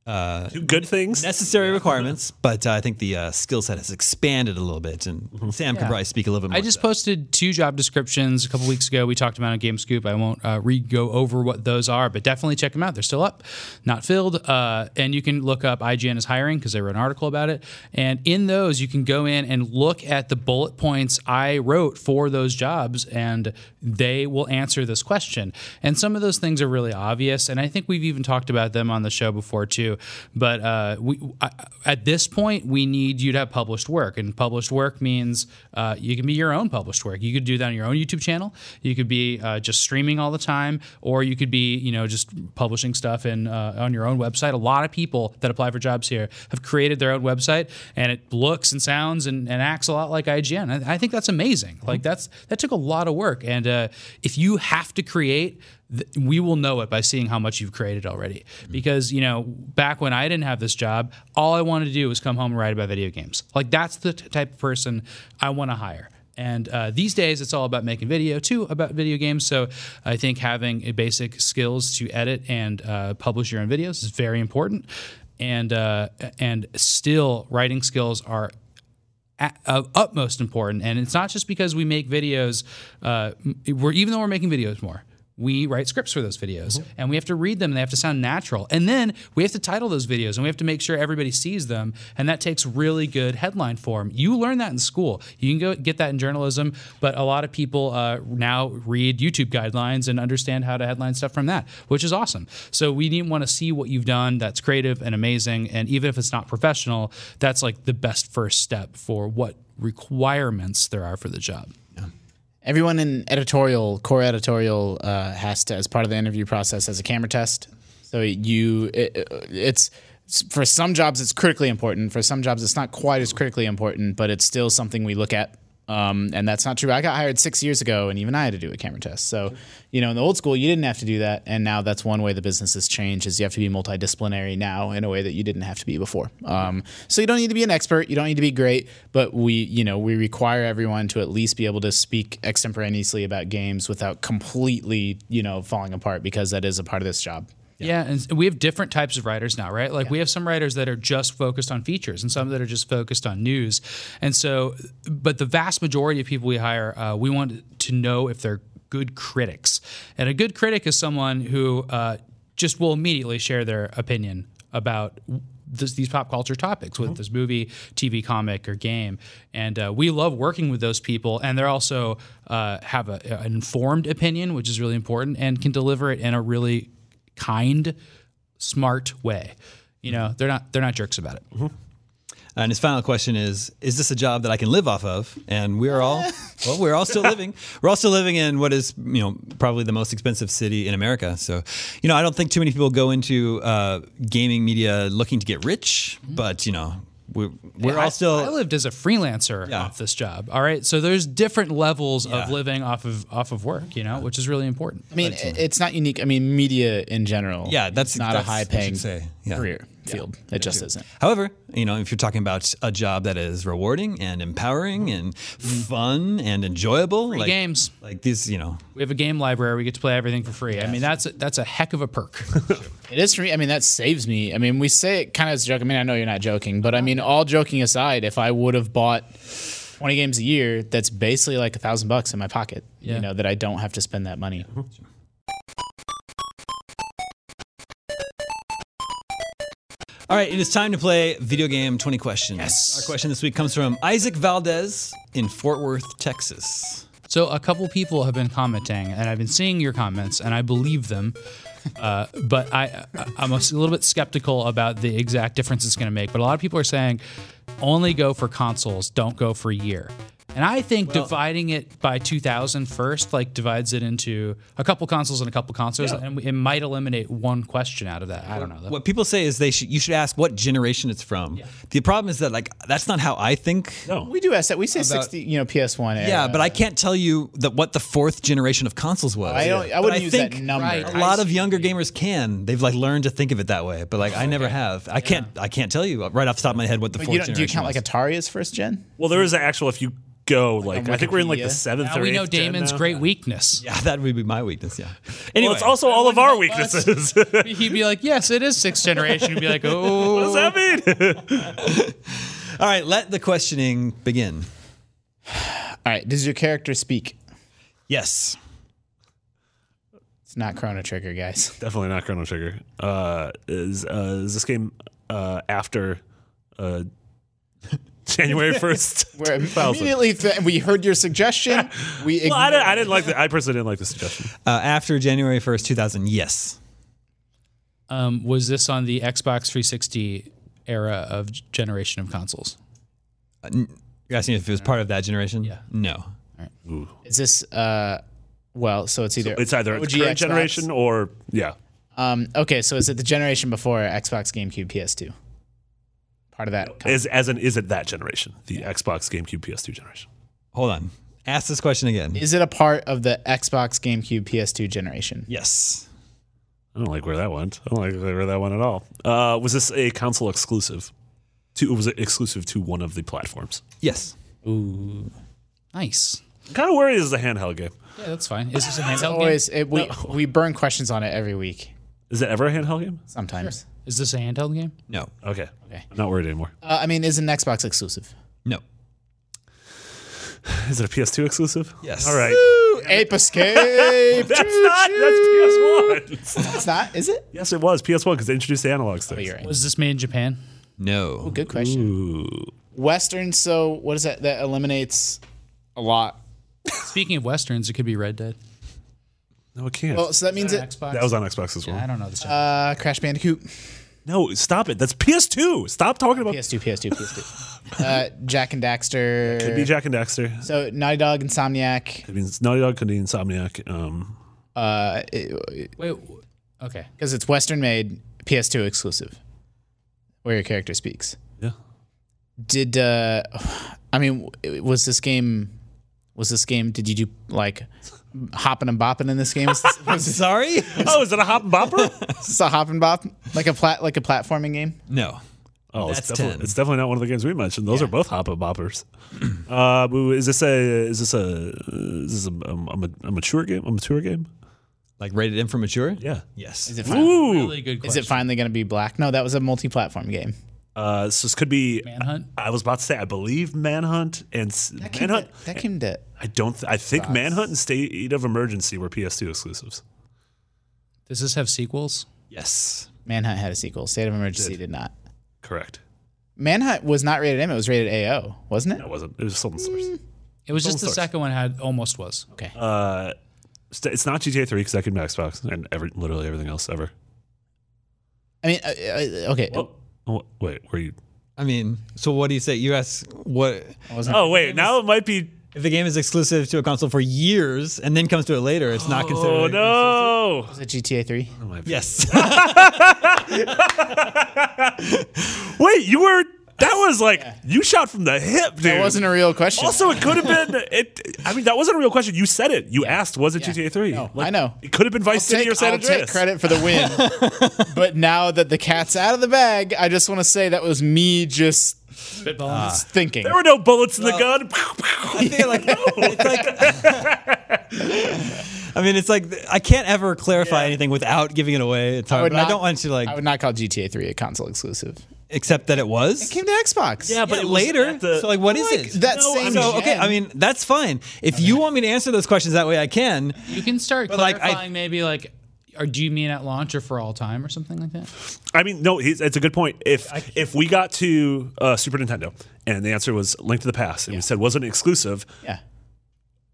Speaker 6: Two good things.
Speaker 3: necessary requirements, but uh, I think the uh, skill set has expanded a little bit, and Sam can probably speak a little bit more.
Speaker 4: I
Speaker 3: to
Speaker 4: just
Speaker 3: that.
Speaker 4: posted two job descriptions a couple weeks ago. We talked about on Game Scoop. I won't uh, re go over what those are, but definitely check them out. They're still up, not filled. Uh, and you can look up IGN is hiring because they wrote an article about it. And in those, you can go in and look at the bullet points I wrote for those jobs, and they will answer this question. And some of those things are really obvious. And I think we've even talked about them on the show before, too. But uh, we, I, at this point, we need you to have published work. And published work means uh, you can be your own published work. You could do that on your own YouTube channel. You could be uh, just streaming all the time, or you could be, you know, just publishing stuff in, uh, on your own website. A lot of people that apply for jobs here have created their own website, and it looks and sounds and, and acts a lot like IGN. I, I think that's amazing. Like that's that took a lot of work, and uh, if you have to create th- we will know it by seeing how much you've created already. Because, you know, back when I didn't have this job, all I wanted to do was come home and write about video games. Like, that's the t- type of person I want to hire. And uh, these days, it's all about making video too, about video games. So I think having a basic skills to edit and uh, publish your own videos is very important. And uh, and still, writing skills are a- of utmost important. And it's not just because we make videos. Uh, m- we're even though we're making videos more, we write scripts for those videos, and we have to read them. and They have to sound natural, and then we have to title those videos, and we have to make sure everybody sees them. And that takes really good headline form. You learn that in school. You can go get that in journalism, but a lot of people uh, now read YouTube guidelines and understand how to headline stuff from that, which is awesome. So we need want to see what you've done that's creative and amazing, and even if it's not professional, that's like the best first step for what requirements there are for the job.
Speaker 5: Everyone in editorial, core editorial, uh, has to, as part of the interview process, has a camera test. So you, it, it's for some jobs it's critically important. For some jobs it's not quite as critically important, but it's still something we look at. Um, and that's not true. I got hired six years ago, and even I had to do a camera test. So, you know, in the old school, you didn't have to do that, and now that's one way the business has changed: is you have to be multidisciplinary now in a way that you didn't have to be before. Um, so you don't need to be an expert, you don't need to be great, but we, you know, we require everyone to at least be able to speak extemporaneously about games without completely, you know, falling apart because that is a part of this job.
Speaker 4: Yeah. and s- we have different types of writers now, right? Like we have some writers that are just focused on features, and some that are just focused on news. And so, but the vast majority of people we hire, uh, we want to know if they're good critics. And a good critic is someone who uh, just will immediately share their opinion about this, these pop culture topics with this movie, TV, comic, or game, and uh, we love working with those people. And they're also uh, have a, an informed opinion, which is really important, and can deliver it in a really kind, smart way. You know, they're not they're not jerks about it.
Speaker 3: And his final question is: Is this a job that I can live off of? And we're all, well, we're all still living. We're all still living in what is, you know, probably the most expensive city in America. So, you know, I don't think too many people go into uh, gaming media looking to get rich. But you know, we're, we're
Speaker 4: Mm-hmm. I-
Speaker 3: all still.
Speaker 4: I lived as a freelancer
Speaker 3: Yeah.
Speaker 4: off this job. All right, so there's different levels
Speaker 3: Yeah.
Speaker 4: of living off of off of work. You know, which is really important.
Speaker 5: I mean, it- it's not unique. I mean, media in general.
Speaker 3: Yeah, that's-
Speaker 5: it's not
Speaker 3: that's-
Speaker 5: a
Speaker 3: I
Speaker 5: high
Speaker 3: should
Speaker 5: paying
Speaker 3: say, yeah.
Speaker 5: career field. It just isn't.
Speaker 3: However, you know, if you're talking about a job that is rewarding and empowering and fun and enjoyable, like
Speaker 4: Mm-hmm. games.
Speaker 3: like these, you know,
Speaker 4: We have a game library. We get to play everything for free. I mean, that's a, that's a heck of a perk.
Speaker 5: It is for me. I mean, that saves me. I mean, we say it kind of as a joke. I mean, I know you're not joking, but I mean, all joking aside, if I would have bought 20 games a year, that's basically like a thousand bucks in my pocket,
Speaker 4: Yeah.
Speaker 5: you know, that I don't have to spend that money.
Speaker 3: All right, it is time to play video game 20 questions.
Speaker 4: Yes.
Speaker 3: Our question this week comes from Isaac Valdez in Fort Worth, Texas.
Speaker 4: So a couple people have been commenting, and I've been seeing your comments, and I believe them. Uh, but I, I- I'm a little bit skeptical about the exact difference it's going to make. But a lot of people are saying, only go for consoles, don't go for year. And I think dividing it by 2000 first, like divides it into a couple consoles and a couple consoles, and it might eliminate one question out of that. I don't know.
Speaker 3: What people say is they should you should ask what generation it's from. The problem is that like that's not how I think.
Speaker 5: We do ask that. We say sixty, you know, PS One.
Speaker 3: Yeah, but I can't tell you that what the fourth generation of consoles was.
Speaker 5: I don't. I
Speaker 3: But
Speaker 5: wouldn't use that
Speaker 3: think
Speaker 5: number.
Speaker 4: Right.
Speaker 3: A lot of younger gamers can. They've like learned to think of it that way, but like I never have. I can't. I can't tell you right off the top of my head what the
Speaker 5: But
Speaker 3: fourth
Speaker 5: you don't, do you
Speaker 3: generation
Speaker 5: count like
Speaker 3: was.
Speaker 5: Atari as first gen?
Speaker 6: Well, there is an actual if you go like
Speaker 5: on
Speaker 6: I think we're in like
Speaker 5: Wikipedia.
Speaker 6: the seventh
Speaker 4: Now
Speaker 6: or
Speaker 4: we
Speaker 6: eighth
Speaker 4: know
Speaker 6: gen
Speaker 4: Damon's
Speaker 6: now.
Speaker 4: great weakness.
Speaker 3: Yeah, that would be my weakness. Yeah. Anyway,
Speaker 6: Well, it's also all of our weaknesses. what
Speaker 4: He'd be like, "Yes, it is sixth generation." He'd be like, "Oh,
Speaker 6: does that mean?
Speaker 3: all right. Let the questioning begin.
Speaker 5: All right. Does your character speak?
Speaker 3: Yes.
Speaker 5: It's not Chrono Trigger, guys.
Speaker 6: Definitely not Chrono Trigger. Uh, is uh, is this game uh, after uh, January first?
Speaker 5: We're immediately th- we heard your suggestion. We
Speaker 6: Well, I
Speaker 5: ignored-
Speaker 6: didn't, I didn't like. The, I personally didn't like the suggestion.
Speaker 3: Uh, after January first, two thousand. Yes.
Speaker 4: um, was this on the Xbox 360 era of generation of consoles?"
Speaker 3: Uh, You're asking if it was part of that generation? Yeah. No.
Speaker 5: is this uh well, so it's either
Speaker 6: It's either
Speaker 5: OG
Speaker 6: current
Speaker 5: Xbox.
Speaker 6: generation or yeah.
Speaker 5: Um, okay, so is it the generation before Xbox, GameCube, PS2? Part of that. con-
Speaker 6: Is as an is it that generation? The Xbox, GameCube, PS2 generation.
Speaker 3: Hold on. Ask this question again.
Speaker 5: Is it a part of the Xbox, GameCube, PS2 generation?
Speaker 3: yes.
Speaker 6: I don't like where that went. I don't like where that went at all. Uh, was this a console exclusive? To was it exclusive to one of the platforms?
Speaker 3: Yes.
Speaker 4: Nice.
Speaker 6: I'm kind of worried this is a handheld game.
Speaker 4: Yeah, that's fine. Is this a handheld
Speaker 5: Always, it, we we burn questions on it every week.
Speaker 6: Is it ever a handheld game?
Speaker 5: Sometimes.
Speaker 4: game? Is this a handheld game?
Speaker 3: No.
Speaker 6: Okay. Okay. I'm not worried anymore.
Speaker 5: Uh, I mean, is an Xbox exclusive?
Speaker 3: No.
Speaker 6: Is it a PS2 exclusive?
Speaker 3: Yes.
Speaker 6: All right.
Speaker 5: Ape Escape.
Speaker 6: That's not. That's PS1.
Speaker 5: it's not, is it?
Speaker 6: yes, it was PS1 because they introduced the analog stick.
Speaker 5: you're right.
Speaker 4: Was this made in Japan?
Speaker 3: No.
Speaker 5: Good question. Western. So what is that? That eliminates a lot.
Speaker 4: Speaking of westerns, it could be Red Dead.
Speaker 6: No, it can't.
Speaker 5: Well, so that means it.
Speaker 4: Xbox.
Speaker 6: that was on Xbox as well.
Speaker 4: I don't know this.
Speaker 5: Uh, Crash Bandicoot.
Speaker 6: no, stop it. That's PS2. Stop talking about.
Speaker 5: PS2. PS2. PS2. uh, Jack and Daxter.
Speaker 6: Could be Jack and Daxter.
Speaker 5: So Naughty Dog, Insomniac.
Speaker 6: I mean, it's Naughty Dog could be Insomniac. Um,
Speaker 4: Wait. w- Okay.
Speaker 5: uh, because it's Western made, PS2 exclusive, where your character speaks.
Speaker 6: yeah.
Speaker 5: Did uh, I mean w- was this game? Was this game? Did you do like hopping and bopping in this game? Was this, was this
Speaker 3: Sorry?
Speaker 6: Oh, is it a hop and bopper?
Speaker 5: is this a hop and bop like a plat like a platforming game?
Speaker 3: no.
Speaker 6: Oh,
Speaker 3: That's
Speaker 6: it's, definitely,
Speaker 3: 10.
Speaker 6: it's definitely not one of the games we mentioned. Those are both hop and boppers. uh, boo, is this a is this a is this a, um, a, ma- a mature game? A mature game?
Speaker 3: Like rated in for mature?
Speaker 6: Yeah.
Speaker 3: Yes.
Speaker 5: Is it fin-
Speaker 6: Ooh.
Speaker 4: Really good
Speaker 5: is
Speaker 4: question.
Speaker 5: it finally going to be black? No, that was a multi-platform game.
Speaker 6: Uh, so this could be
Speaker 4: Manhunt?
Speaker 6: I was about to say I believe Manhunt and s-
Speaker 5: Came
Speaker 6: Manhunt.
Speaker 5: to- that came to
Speaker 6: I don't. Th- I think Manhunt and State of Emergency were PS2 exclusives.
Speaker 4: Does this have sequels?
Speaker 3: Yes.
Speaker 5: Manhunt had a sequel. State of Emergency did. not.
Speaker 6: Correct.
Speaker 5: Manhunt was not rated M. It was rated AO, wasn't it?
Speaker 6: That wasn't. It was sold in stores.
Speaker 4: It was just the
Speaker 6: source.
Speaker 4: second one had almost was.
Speaker 5: Okay.
Speaker 6: St- It's not GTA 3 because I could Xbox and every, literally everything else ever.
Speaker 5: I mean, uh, uh, okay.
Speaker 6: Oh, oh wait, were you?
Speaker 3: I mean, so what do you say? You ask what
Speaker 6: Oh wait, now it might be.
Speaker 3: if the game is exclusive to a console for years and then comes to it later, it's not considered.
Speaker 6: Oh no!
Speaker 5: Was it GTA Three?
Speaker 3: Yes.
Speaker 6: Wait, you were. That was like you shot from the hip, dude.
Speaker 5: That wasn't a real question.
Speaker 6: Also, it could have been. It. I mean, that wasn't a real question. You said it. You asked, "Was it
Speaker 5: Yeah.
Speaker 6: GTA 3?
Speaker 5: No, I know.
Speaker 6: It could have been Vice City or San
Speaker 5: I'll
Speaker 6: Andreas.
Speaker 5: take credit for the win. but now that the cat's out of the bag, I just want to say that was me just uh, thinking.
Speaker 6: There were no bullets in the gun.
Speaker 3: I feel like it's like I mean, it's like I can't ever clarify anything without giving it away. It's hard,
Speaker 5: would
Speaker 3: but I
Speaker 5: not-
Speaker 3: don't want you to like
Speaker 5: I would not call GTA 3 a console exclusive.
Speaker 3: accept that it was.
Speaker 5: It came to Xbox.
Speaker 6: Yeah, but
Speaker 3: Yeah,
Speaker 6: it was
Speaker 3: later.
Speaker 6: at the-
Speaker 3: so like, what is
Speaker 5: Like,
Speaker 3: it?
Speaker 5: that same
Speaker 3: so okay.
Speaker 5: gen.
Speaker 3: I mean, that's fine. If you want me to answer those questions that way, I can.
Speaker 4: You can start
Speaker 3: like, I-
Speaker 4: clarifying maybe like, or do you mean at launch or for all time or something like that?
Speaker 6: I mean, no, he's, it's a good point. If if we got to uh, Super Nintendo and the answer was Link to the Past, and we said wasn't exclusive,
Speaker 5: Yeah.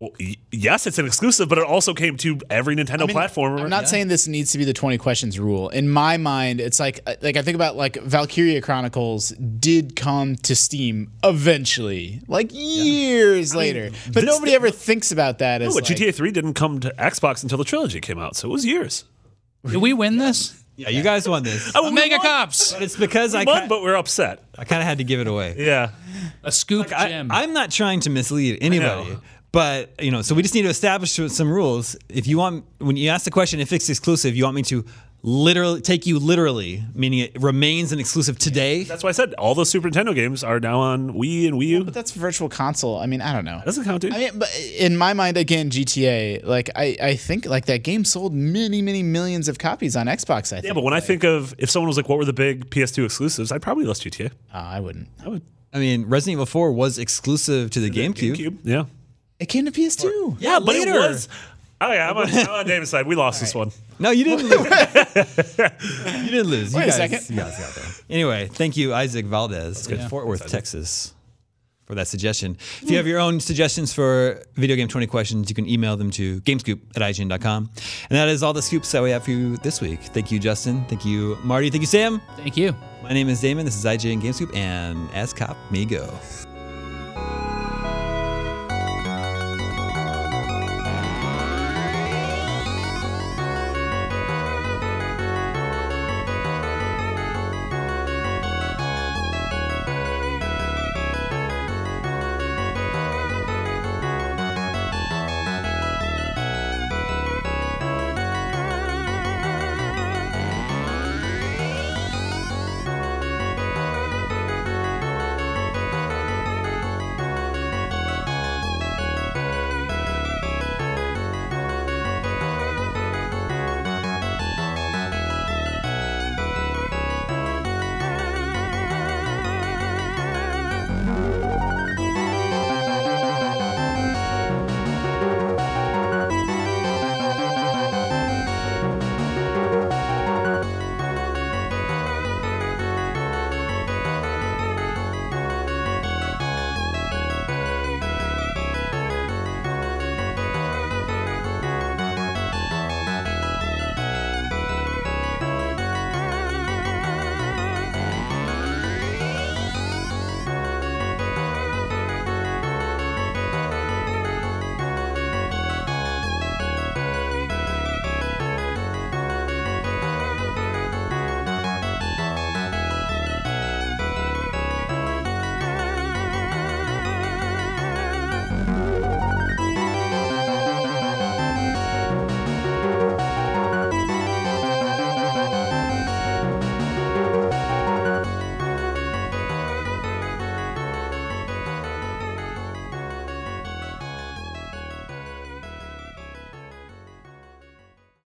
Speaker 6: Well, y- yes, it's an exclusive, but it also came to every Nintendo platform.
Speaker 5: I'm not saying this needs to be the 20 questions rule. In my mind, it's like uh, like I think about like Valkyria Chronicles did come to Steam eventually, like years later. but nobody ever thinks about that as
Speaker 6: No, but
Speaker 5: like,
Speaker 6: GTA 3 didn't come to Xbox until the trilogy came out, so it was years.
Speaker 4: Did we win this?
Speaker 3: Yeah, you guys won this.
Speaker 6: Oh, we
Speaker 4: Mega
Speaker 6: won.
Speaker 4: Cops,
Speaker 3: But it's because I
Speaker 6: We won,
Speaker 3: ki-
Speaker 6: but we're upset.
Speaker 3: I kind of had to give it away.
Speaker 6: Yeah.
Speaker 4: a scoop
Speaker 3: I,
Speaker 4: gem.
Speaker 3: I'm not trying to mislead anybody.
Speaker 6: know.
Speaker 3: But you know, so we just need to establish some rules. If you want, when you ask the question if it's exclusive, you want me to literally take you literally, meaning it remains an exclusive today.
Speaker 6: That's why I said all those Super Nintendo games are now on Wii and Wii U.
Speaker 5: but that's virtual console. I mean, I don't know.
Speaker 6: doesn't count, dude.
Speaker 5: I mean, but in my mind, again, GTA. Like I, I think like that game sold many, many millions of copies on Xbox. I think.
Speaker 6: yeah, but when I think of if someone was like, what were the big PS2 exclusives, I'd probably list GTA.
Speaker 5: Oh, I wouldn't.
Speaker 6: I would.
Speaker 3: I mean, Resident Evil 4 was exclusive to the GameCube.
Speaker 6: Yeah.
Speaker 5: It came to PS2.
Speaker 3: Yeah,
Speaker 6: But
Speaker 3: later.
Speaker 6: it was. Oh, yeah, I'm on, I'm on David's side. We lost this one.
Speaker 3: No, you didn't. lose. you didn't lose.
Speaker 5: Wait
Speaker 3: you
Speaker 5: a
Speaker 3: guys,
Speaker 5: second.
Speaker 3: You guys got there. Anyway, thank you, Isaac Valdez in Fort Worth, Texas, for that suggestion. If you have your own suggestions for video game 20 questions, you can email them to gamescoop at IGN.com. And that is all the scoops that we have for you this week. Thank you, Justin. Thank you, Marty. Thank you, Sam.
Speaker 4: Thank you.
Speaker 3: My name is Damon. This is IGN Gamescoop. And as cop, me go.